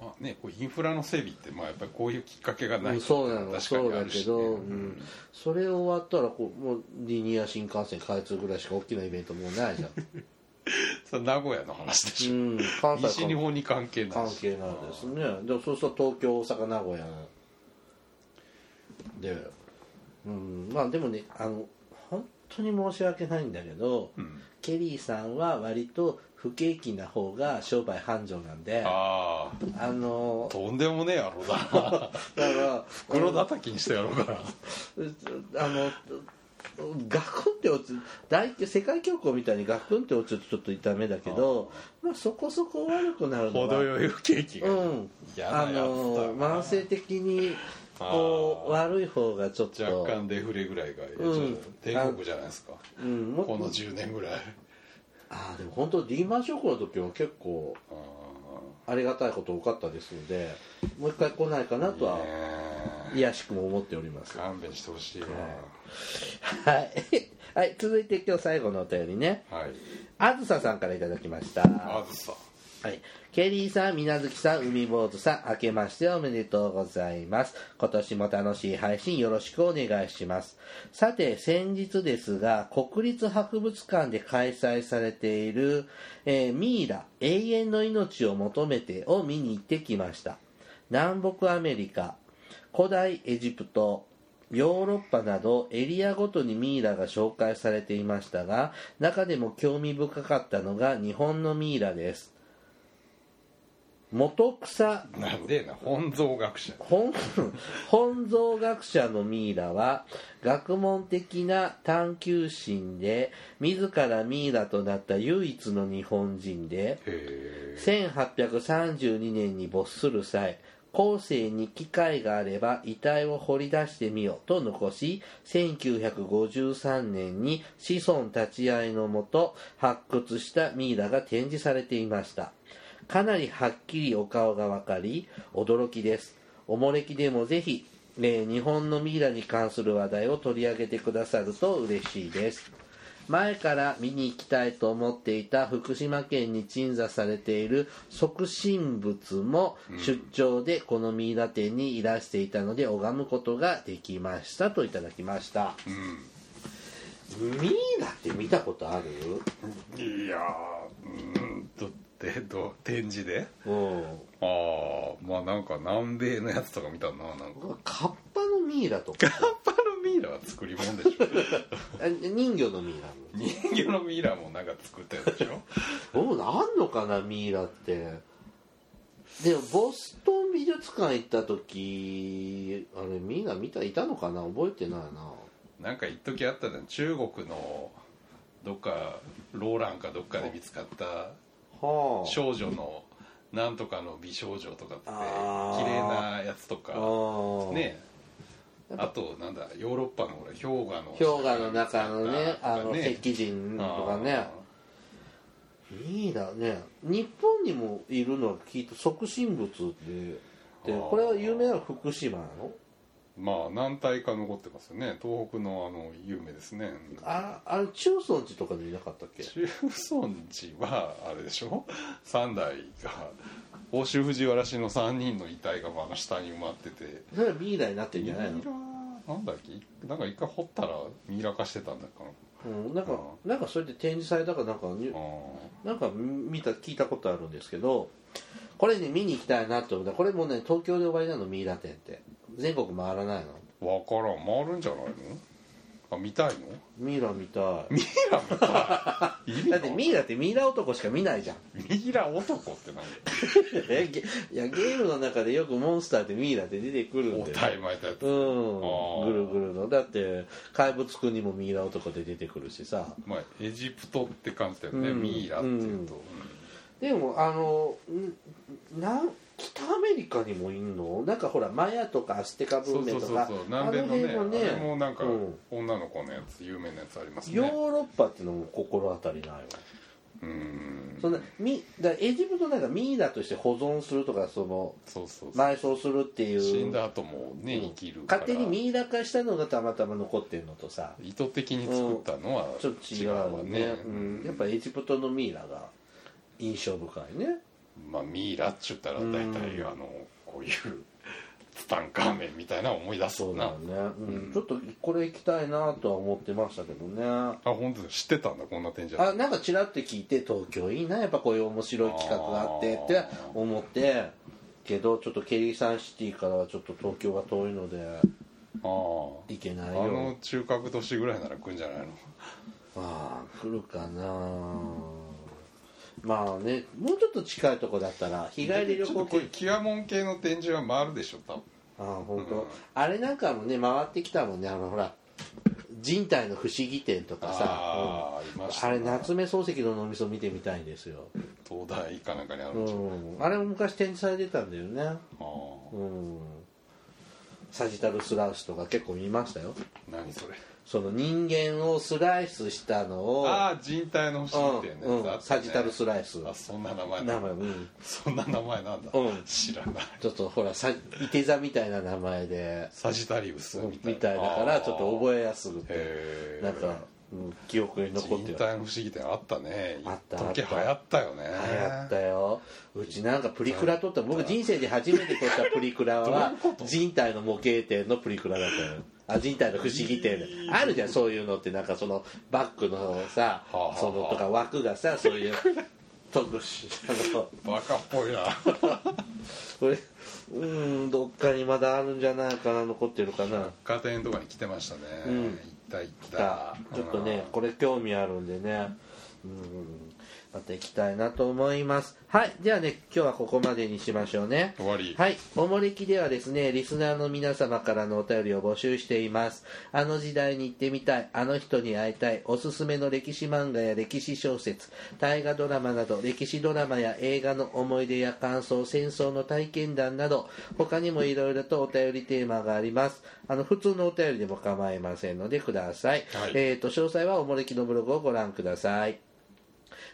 [SPEAKER 2] あね、こうインフラの整備ってまあやっぱりこういうきっかけがな
[SPEAKER 1] う
[SPEAKER 2] い
[SPEAKER 1] ん
[SPEAKER 2] ってい
[SPEAKER 1] そうな
[SPEAKER 2] の
[SPEAKER 1] の
[SPEAKER 2] は
[SPEAKER 1] そうだけど、
[SPEAKER 2] ね
[SPEAKER 1] うん、それ終わったらこうもうリニア新幹線開通ぐらいしか大きなイベントもうないじゃ
[SPEAKER 2] [laughs]
[SPEAKER 1] ん、
[SPEAKER 2] それ名古屋の話でしょ、
[SPEAKER 1] うん、関西
[SPEAKER 2] 西日
[SPEAKER 1] 関
[SPEAKER 2] 本に関係ない
[SPEAKER 1] 関
[SPEAKER 2] し
[SPEAKER 1] 係ないですねでもそうすると東京大阪名古屋でうんまあでもねあの本当に申し訳ないんだけど、
[SPEAKER 2] うん
[SPEAKER 1] ケリーさんは割と不景気な方が商売繁盛なんであ
[SPEAKER 2] ああ
[SPEAKER 1] の
[SPEAKER 2] とんでもねえ野郎だな
[SPEAKER 1] [laughs] だから
[SPEAKER 2] 袋叩きにしてやろうかな
[SPEAKER 1] あのガクンって落ちる大世界恐慌みたいにガクンって落ちるとちょっと痛めだけどまあ、そこそこ悪くなるのは
[SPEAKER 2] 程よい不景気が、
[SPEAKER 1] うん
[SPEAKER 2] 嫌な
[SPEAKER 1] あ
[SPEAKER 2] やつだ
[SPEAKER 1] の慢性的にこう
[SPEAKER 2] あ
[SPEAKER 1] 悪い方がちょっと、
[SPEAKER 2] 若干デフレぐらいが、
[SPEAKER 1] うん
[SPEAKER 2] 帝国じゃないですか
[SPEAKER 1] うん、も
[SPEAKER 2] この10年ぐらい
[SPEAKER 1] ああでも本当リーマンショックの時も結構
[SPEAKER 2] あ
[SPEAKER 1] ありがたいこと多かったですのでもう一回来ないかなとは
[SPEAKER 2] ー
[SPEAKER 1] い
[SPEAKER 2] ね
[SPEAKER 1] やしくも思っております
[SPEAKER 2] え勘弁してほしいわ
[SPEAKER 1] はい、 [laughs] はい、続いて今日最後のお便りね
[SPEAKER 2] はい
[SPEAKER 1] あずささんからいただきました
[SPEAKER 2] あずさ
[SPEAKER 1] はい、ケリーさん、みなずきさん、海坊主さん、明けましておめでとうございます。今年も楽しい配信よろしくお願いします。さて、先日ですが、国立博物館で開催されている、えーミイラ、永遠の命を求めてを見に行ってきました。南北アメリカ、古代エジプト、ヨーロッパなどエリアごとにミイラが紹介されていましたが、中でも興味深かったのが日本のミイラです。元草
[SPEAKER 2] なんでな本草学者
[SPEAKER 1] 本本草学者のミイラは学問的な探求心で自らミイラとなった唯一の日本人で
[SPEAKER 2] へ
[SPEAKER 1] 1832年に没する際後世に機会があれば遺体を掘り出してみよと残し1953年に子孫立ち会いのもと発掘したミイラが展示されていましたかなりはっきりお顔が分かり驚きですおもれきでもぜひ、えー日本のミイラに関する話題を取り上げてくださると嬉しいです前から見に行きたいと思っていた福島県に鎮座されている即身仏も出張でこのミイラ展にいらしていたので拝むことができましたといただきました、ミイラって見たことある
[SPEAKER 2] えいやーうんとでど展示で
[SPEAKER 1] うん
[SPEAKER 2] ああまあなんか南米のやつとか見たななんか [laughs]
[SPEAKER 1] カッパのミイラと [laughs] か
[SPEAKER 2] カッパのミイラは作り物でしょ
[SPEAKER 1] あ人魚のミイラ
[SPEAKER 2] [laughs] 人形のミイラもなんか作ったやつでしょ
[SPEAKER 1] どうあんのかなミイラってでもボストン美術館行った時あれミイラ見たいたのかな覚えてないな
[SPEAKER 2] なんか一時あったじゃん中国のどっかローランかどっかで見つかった
[SPEAKER 1] はあ
[SPEAKER 2] 少女のなんとかの美少女とかって
[SPEAKER 1] あー
[SPEAKER 2] 綺麗なやつと
[SPEAKER 1] あ
[SPEAKER 2] か
[SPEAKER 1] ー
[SPEAKER 2] ねあとなんだヨーロッパのほら氷河の
[SPEAKER 1] 氷河の中のねあの
[SPEAKER 2] ね
[SPEAKER 1] 石人とかね
[SPEAKER 2] あ
[SPEAKER 1] ミイラね日本にもいるのは聞いた即身仏で
[SPEAKER 2] あ
[SPEAKER 1] で
[SPEAKER 2] ー
[SPEAKER 1] これは有名なの福島なの
[SPEAKER 2] ーまあ何体か残ってますよね東北のあの有名ですね
[SPEAKER 1] ああれ中尊寺とかにいなかったっけ
[SPEAKER 2] 中尊寺はあれでしょ3代が奥州藤原氏の3人の遺体がまだ下に埋まってて
[SPEAKER 1] それはミイラになってるん
[SPEAKER 2] ミ
[SPEAKER 1] じ
[SPEAKER 2] イ
[SPEAKER 1] ゃ
[SPEAKER 2] ラ
[SPEAKER 1] ないの
[SPEAKER 2] なんだっけなんか一回掘ったらミイラ化してたんだっけかな
[SPEAKER 1] うん、なんか、なんかそれで展示されたかなんかに、
[SPEAKER 2] あ
[SPEAKER 1] なんか見た聞いたことあるんですけどこれね見に行きたいなって思ったこれもね東京で終わりなのミイラ展って全国回らないの
[SPEAKER 2] ーわからん回るんじゃないのあ見たいの
[SPEAKER 1] ミイラ見た
[SPEAKER 2] ミイラ見たい意味
[SPEAKER 1] いだ
[SPEAKER 2] が
[SPEAKER 1] ってミイラってミイラ男しか見ないじゃん
[SPEAKER 2] ミイラ男って何
[SPEAKER 1] [laughs] えゲいやゲームの中でよくモンスターってミイラって出てくるん
[SPEAKER 2] お
[SPEAKER 1] で
[SPEAKER 2] 体巻いたやつ、
[SPEAKER 1] うん
[SPEAKER 2] ー
[SPEAKER 1] ぐるぐるのだって怪物くんにもミイラ男で出てくるしさ
[SPEAKER 2] まあ、エジプトって感じだよね、
[SPEAKER 1] うん
[SPEAKER 2] ミイラっていうと、
[SPEAKER 1] でもあのんなん北アメリカにもいんのなんかほらマヤとかアステカ
[SPEAKER 2] そ
[SPEAKER 1] 文
[SPEAKER 2] うそ
[SPEAKER 1] 明
[SPEAKER 2] う
[SPEAKER 1] と
[SPEAKER 2] そう
[SPEAKER 1] か
[SPEAKER 2] そう南米
[SPEAKER 1] あの
[SPEAKER 2] のね
[SPEAKER 1] 辺もね
[SPEAKER 2] あれもなんか
[SPEAKER 1] うん
[SPEAKER 2] 女の子のやつ有名なやつあります
[SPEAKER 1] ヨー
[SPEAKER 2] ね
[SPEAKER 1] ロッパっていうのも心当たりないわ
[SPEAKER 2] うん
[SPEAKER 1] そんなみだからエジプトなんかミイラとして保存するとかその
[SPEAKER 2] そうそうそう
[SPEAKER 1] 埋葬するっていう
[SPEAKER 2] 死んだ後もね、
[SPEAKER 1] うん
[SPEAKER 2] 生きるから
[SPEAKER 1] 勝手にミイラ化したのがたまたま残ってるのとさ
[SPEAKER 2] 意図的に作ったのは
[SPEAKER 1] ちょっと違
[SPEAKER 2] 違
[SPEAKER 1] う
[SPEAKER 2] う
[SPEAKER 1] わ
[SPEAKER 2] わ
[SPEAKER 1] ね
[SPEAKER 2] ね
[SPEAKER 1] うん、やっぱエジプトのミイラが印象深いね
[SPEAKER 2] まあ、ミイラっちゅったら大体あのこういうツタンカーメンみたいな思い出す
[SPEAKER 1] そうだ
[SPEAKER 2] なあ
[SPEAKER 1] よね、うんちょっとこれ行きたいなとは思ってましたけどねあ
[SPEAKER 2] 本当だ知ってたんだこんな展示あった
[SPEAKER 1] なんかちらって聞いて東京いいなやっぱこういう面白い企画があってって思ってけどちょっとケリーサンシティからはちょっと東京が遠いので
[SPEAKER 2] あ
[SPEAKER 1] 行けない
[SPEAKER 2] ああ
[SPEAKER 1] よ
[SPEAKER 2] の中核都市ぐらいなら来るんじゃないの
[SPEAKER 1] ああ来るかなまあねもうちょっと近いとこだったら日帰り旅
[SPEAKER 2] ちょ
[SPEAKER 1] 行
[SPEAKER 2] っと
[SPEAKER 1] 系
[SPEAKER 2] こういうキアモン系の展示は回るでしょ多分
[SPEAKER 1] ああ本当、
[SPEAKER 2] うん
[SPEAKER 1] あれなんかもね回ってきたもんねあのほら人体の不思議展とかさ
[SPEAKER 2] あーいました
[SPEAKER 1] あれ夏目漱石の脳みそ見てみたいんですよ、
[SPEAKER 2] 東大かなんかにあ
[SPEAKER 1] う
[SPEAKER 2] るんじゃない
[SPEAKER 1] ん、あれも昔展示されてたんだよね
[SPEAKER 2] あ
[SPEAKER 1] うんサジタルスライスとか結構見ましたよ
[SPEAKER 2] ー何それ
[SPEAKER 1] その人間をスライスしたのを
[SPEAKER 2] ああ人体の不思議ってやつ
[SPEAKER 1] うん
[SPEAKER 2] あった
[SPEAKER 1] う
[SPEAKER 2] ね
[SPEAKER 1] ん、サジタルスライス
[SPEAKER 2] あそんな名前
[SPEAKER 1] 名
[SPEAKER 2] な
[SPEAKER 1] 前うん
[SPEAKER 2] そんな名前なんだ、
[SPEAKER 1] うん
[SPEAKER 2] 知らない
[SPEAKER 1] ちょっとほらさいて座みたいな名前で
[SPEAKER 2] サジタリウスみたい
[SPEAKER 1] みたいだからちょっと
[SPEAKER 2] え
[SPEAKER 1] 覚えやすくて
[SPEAKER 2] へえ
[SPEAKER 1] なんか、うん、記憶に残って
[SPEAKER 2] 人
[SPEAKER 1] る
[SPEAKER 2] 体の不思議点あったね
[SPEAKER 1] あった
[SPEAKER 2] 一
[SPEAKER 1] あ
[SPEAKER 2] 時
[SPEAKER 1] った
[SPEAKER 2] 流行ったよね
[SPEAKER 1] 流行ったようちなんかプリクラ撮った僕人生で初めて撮ったプリクラ
[SPEAKER 2] [laughs]
[SPEAKER 1] は人体の模型店のプリクラだったよあ人体の不思議店であるじゃんそういうのってなんかそのバッグのさ
[SPEAKER 2] あはあ
[SPEAKER 1] そのとか枠がさそういう特殊あの
[SPEAKER 2] バカっぽいな
[SPEAKER 1] これうんどっかにまだあるんじゃないかな残ってるかな
[SPEAKER 2] 家庭とかに来てましたね、
[SPEAKER 1] うん
[SPEAKER 2] 行った行っ
[SPEAKER 1] 来
[SPEAKER 2] た
[SPEAKER 1] たちょっとねこれ興味あるんでねうんまた行きたいなと思いますはいではね今日はここまでにしましょうね
[SPEAKER 2] 終わり
[SPEAKER 1] はいおもれきではですねリスナーの皆様からのお便りを募集していますあの時代に行ってみたいあの人に会いたいおすすめの歴史漫画や歴史小説大河ドラマなど歴史ドラマや映画の思い出や感想戦争の体験談など他にもいろいろとお便りテーマがありますあの普通のお便りでも構いませんのでください、
[SPEAKER 2] はい
[SPEAKER 1] えー、と詳細はおもれきのブログをご覧ください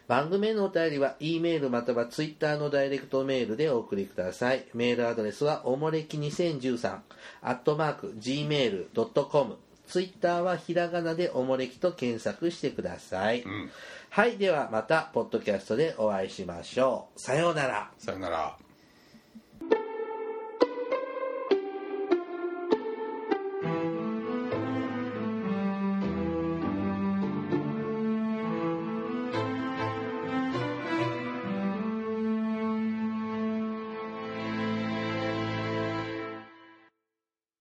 [SPEAKER 1] 番組へのお便りは E メールまたは Twitter のダイレクトメールでお送りくださいメールアドレスはおもれき2013アットマーク Gmail.com ツイッターはひらがなでおもれきと検索してください、はいではまたポッドキャストでお会いしましょうさようなら
[SPEAKER 2] さよなら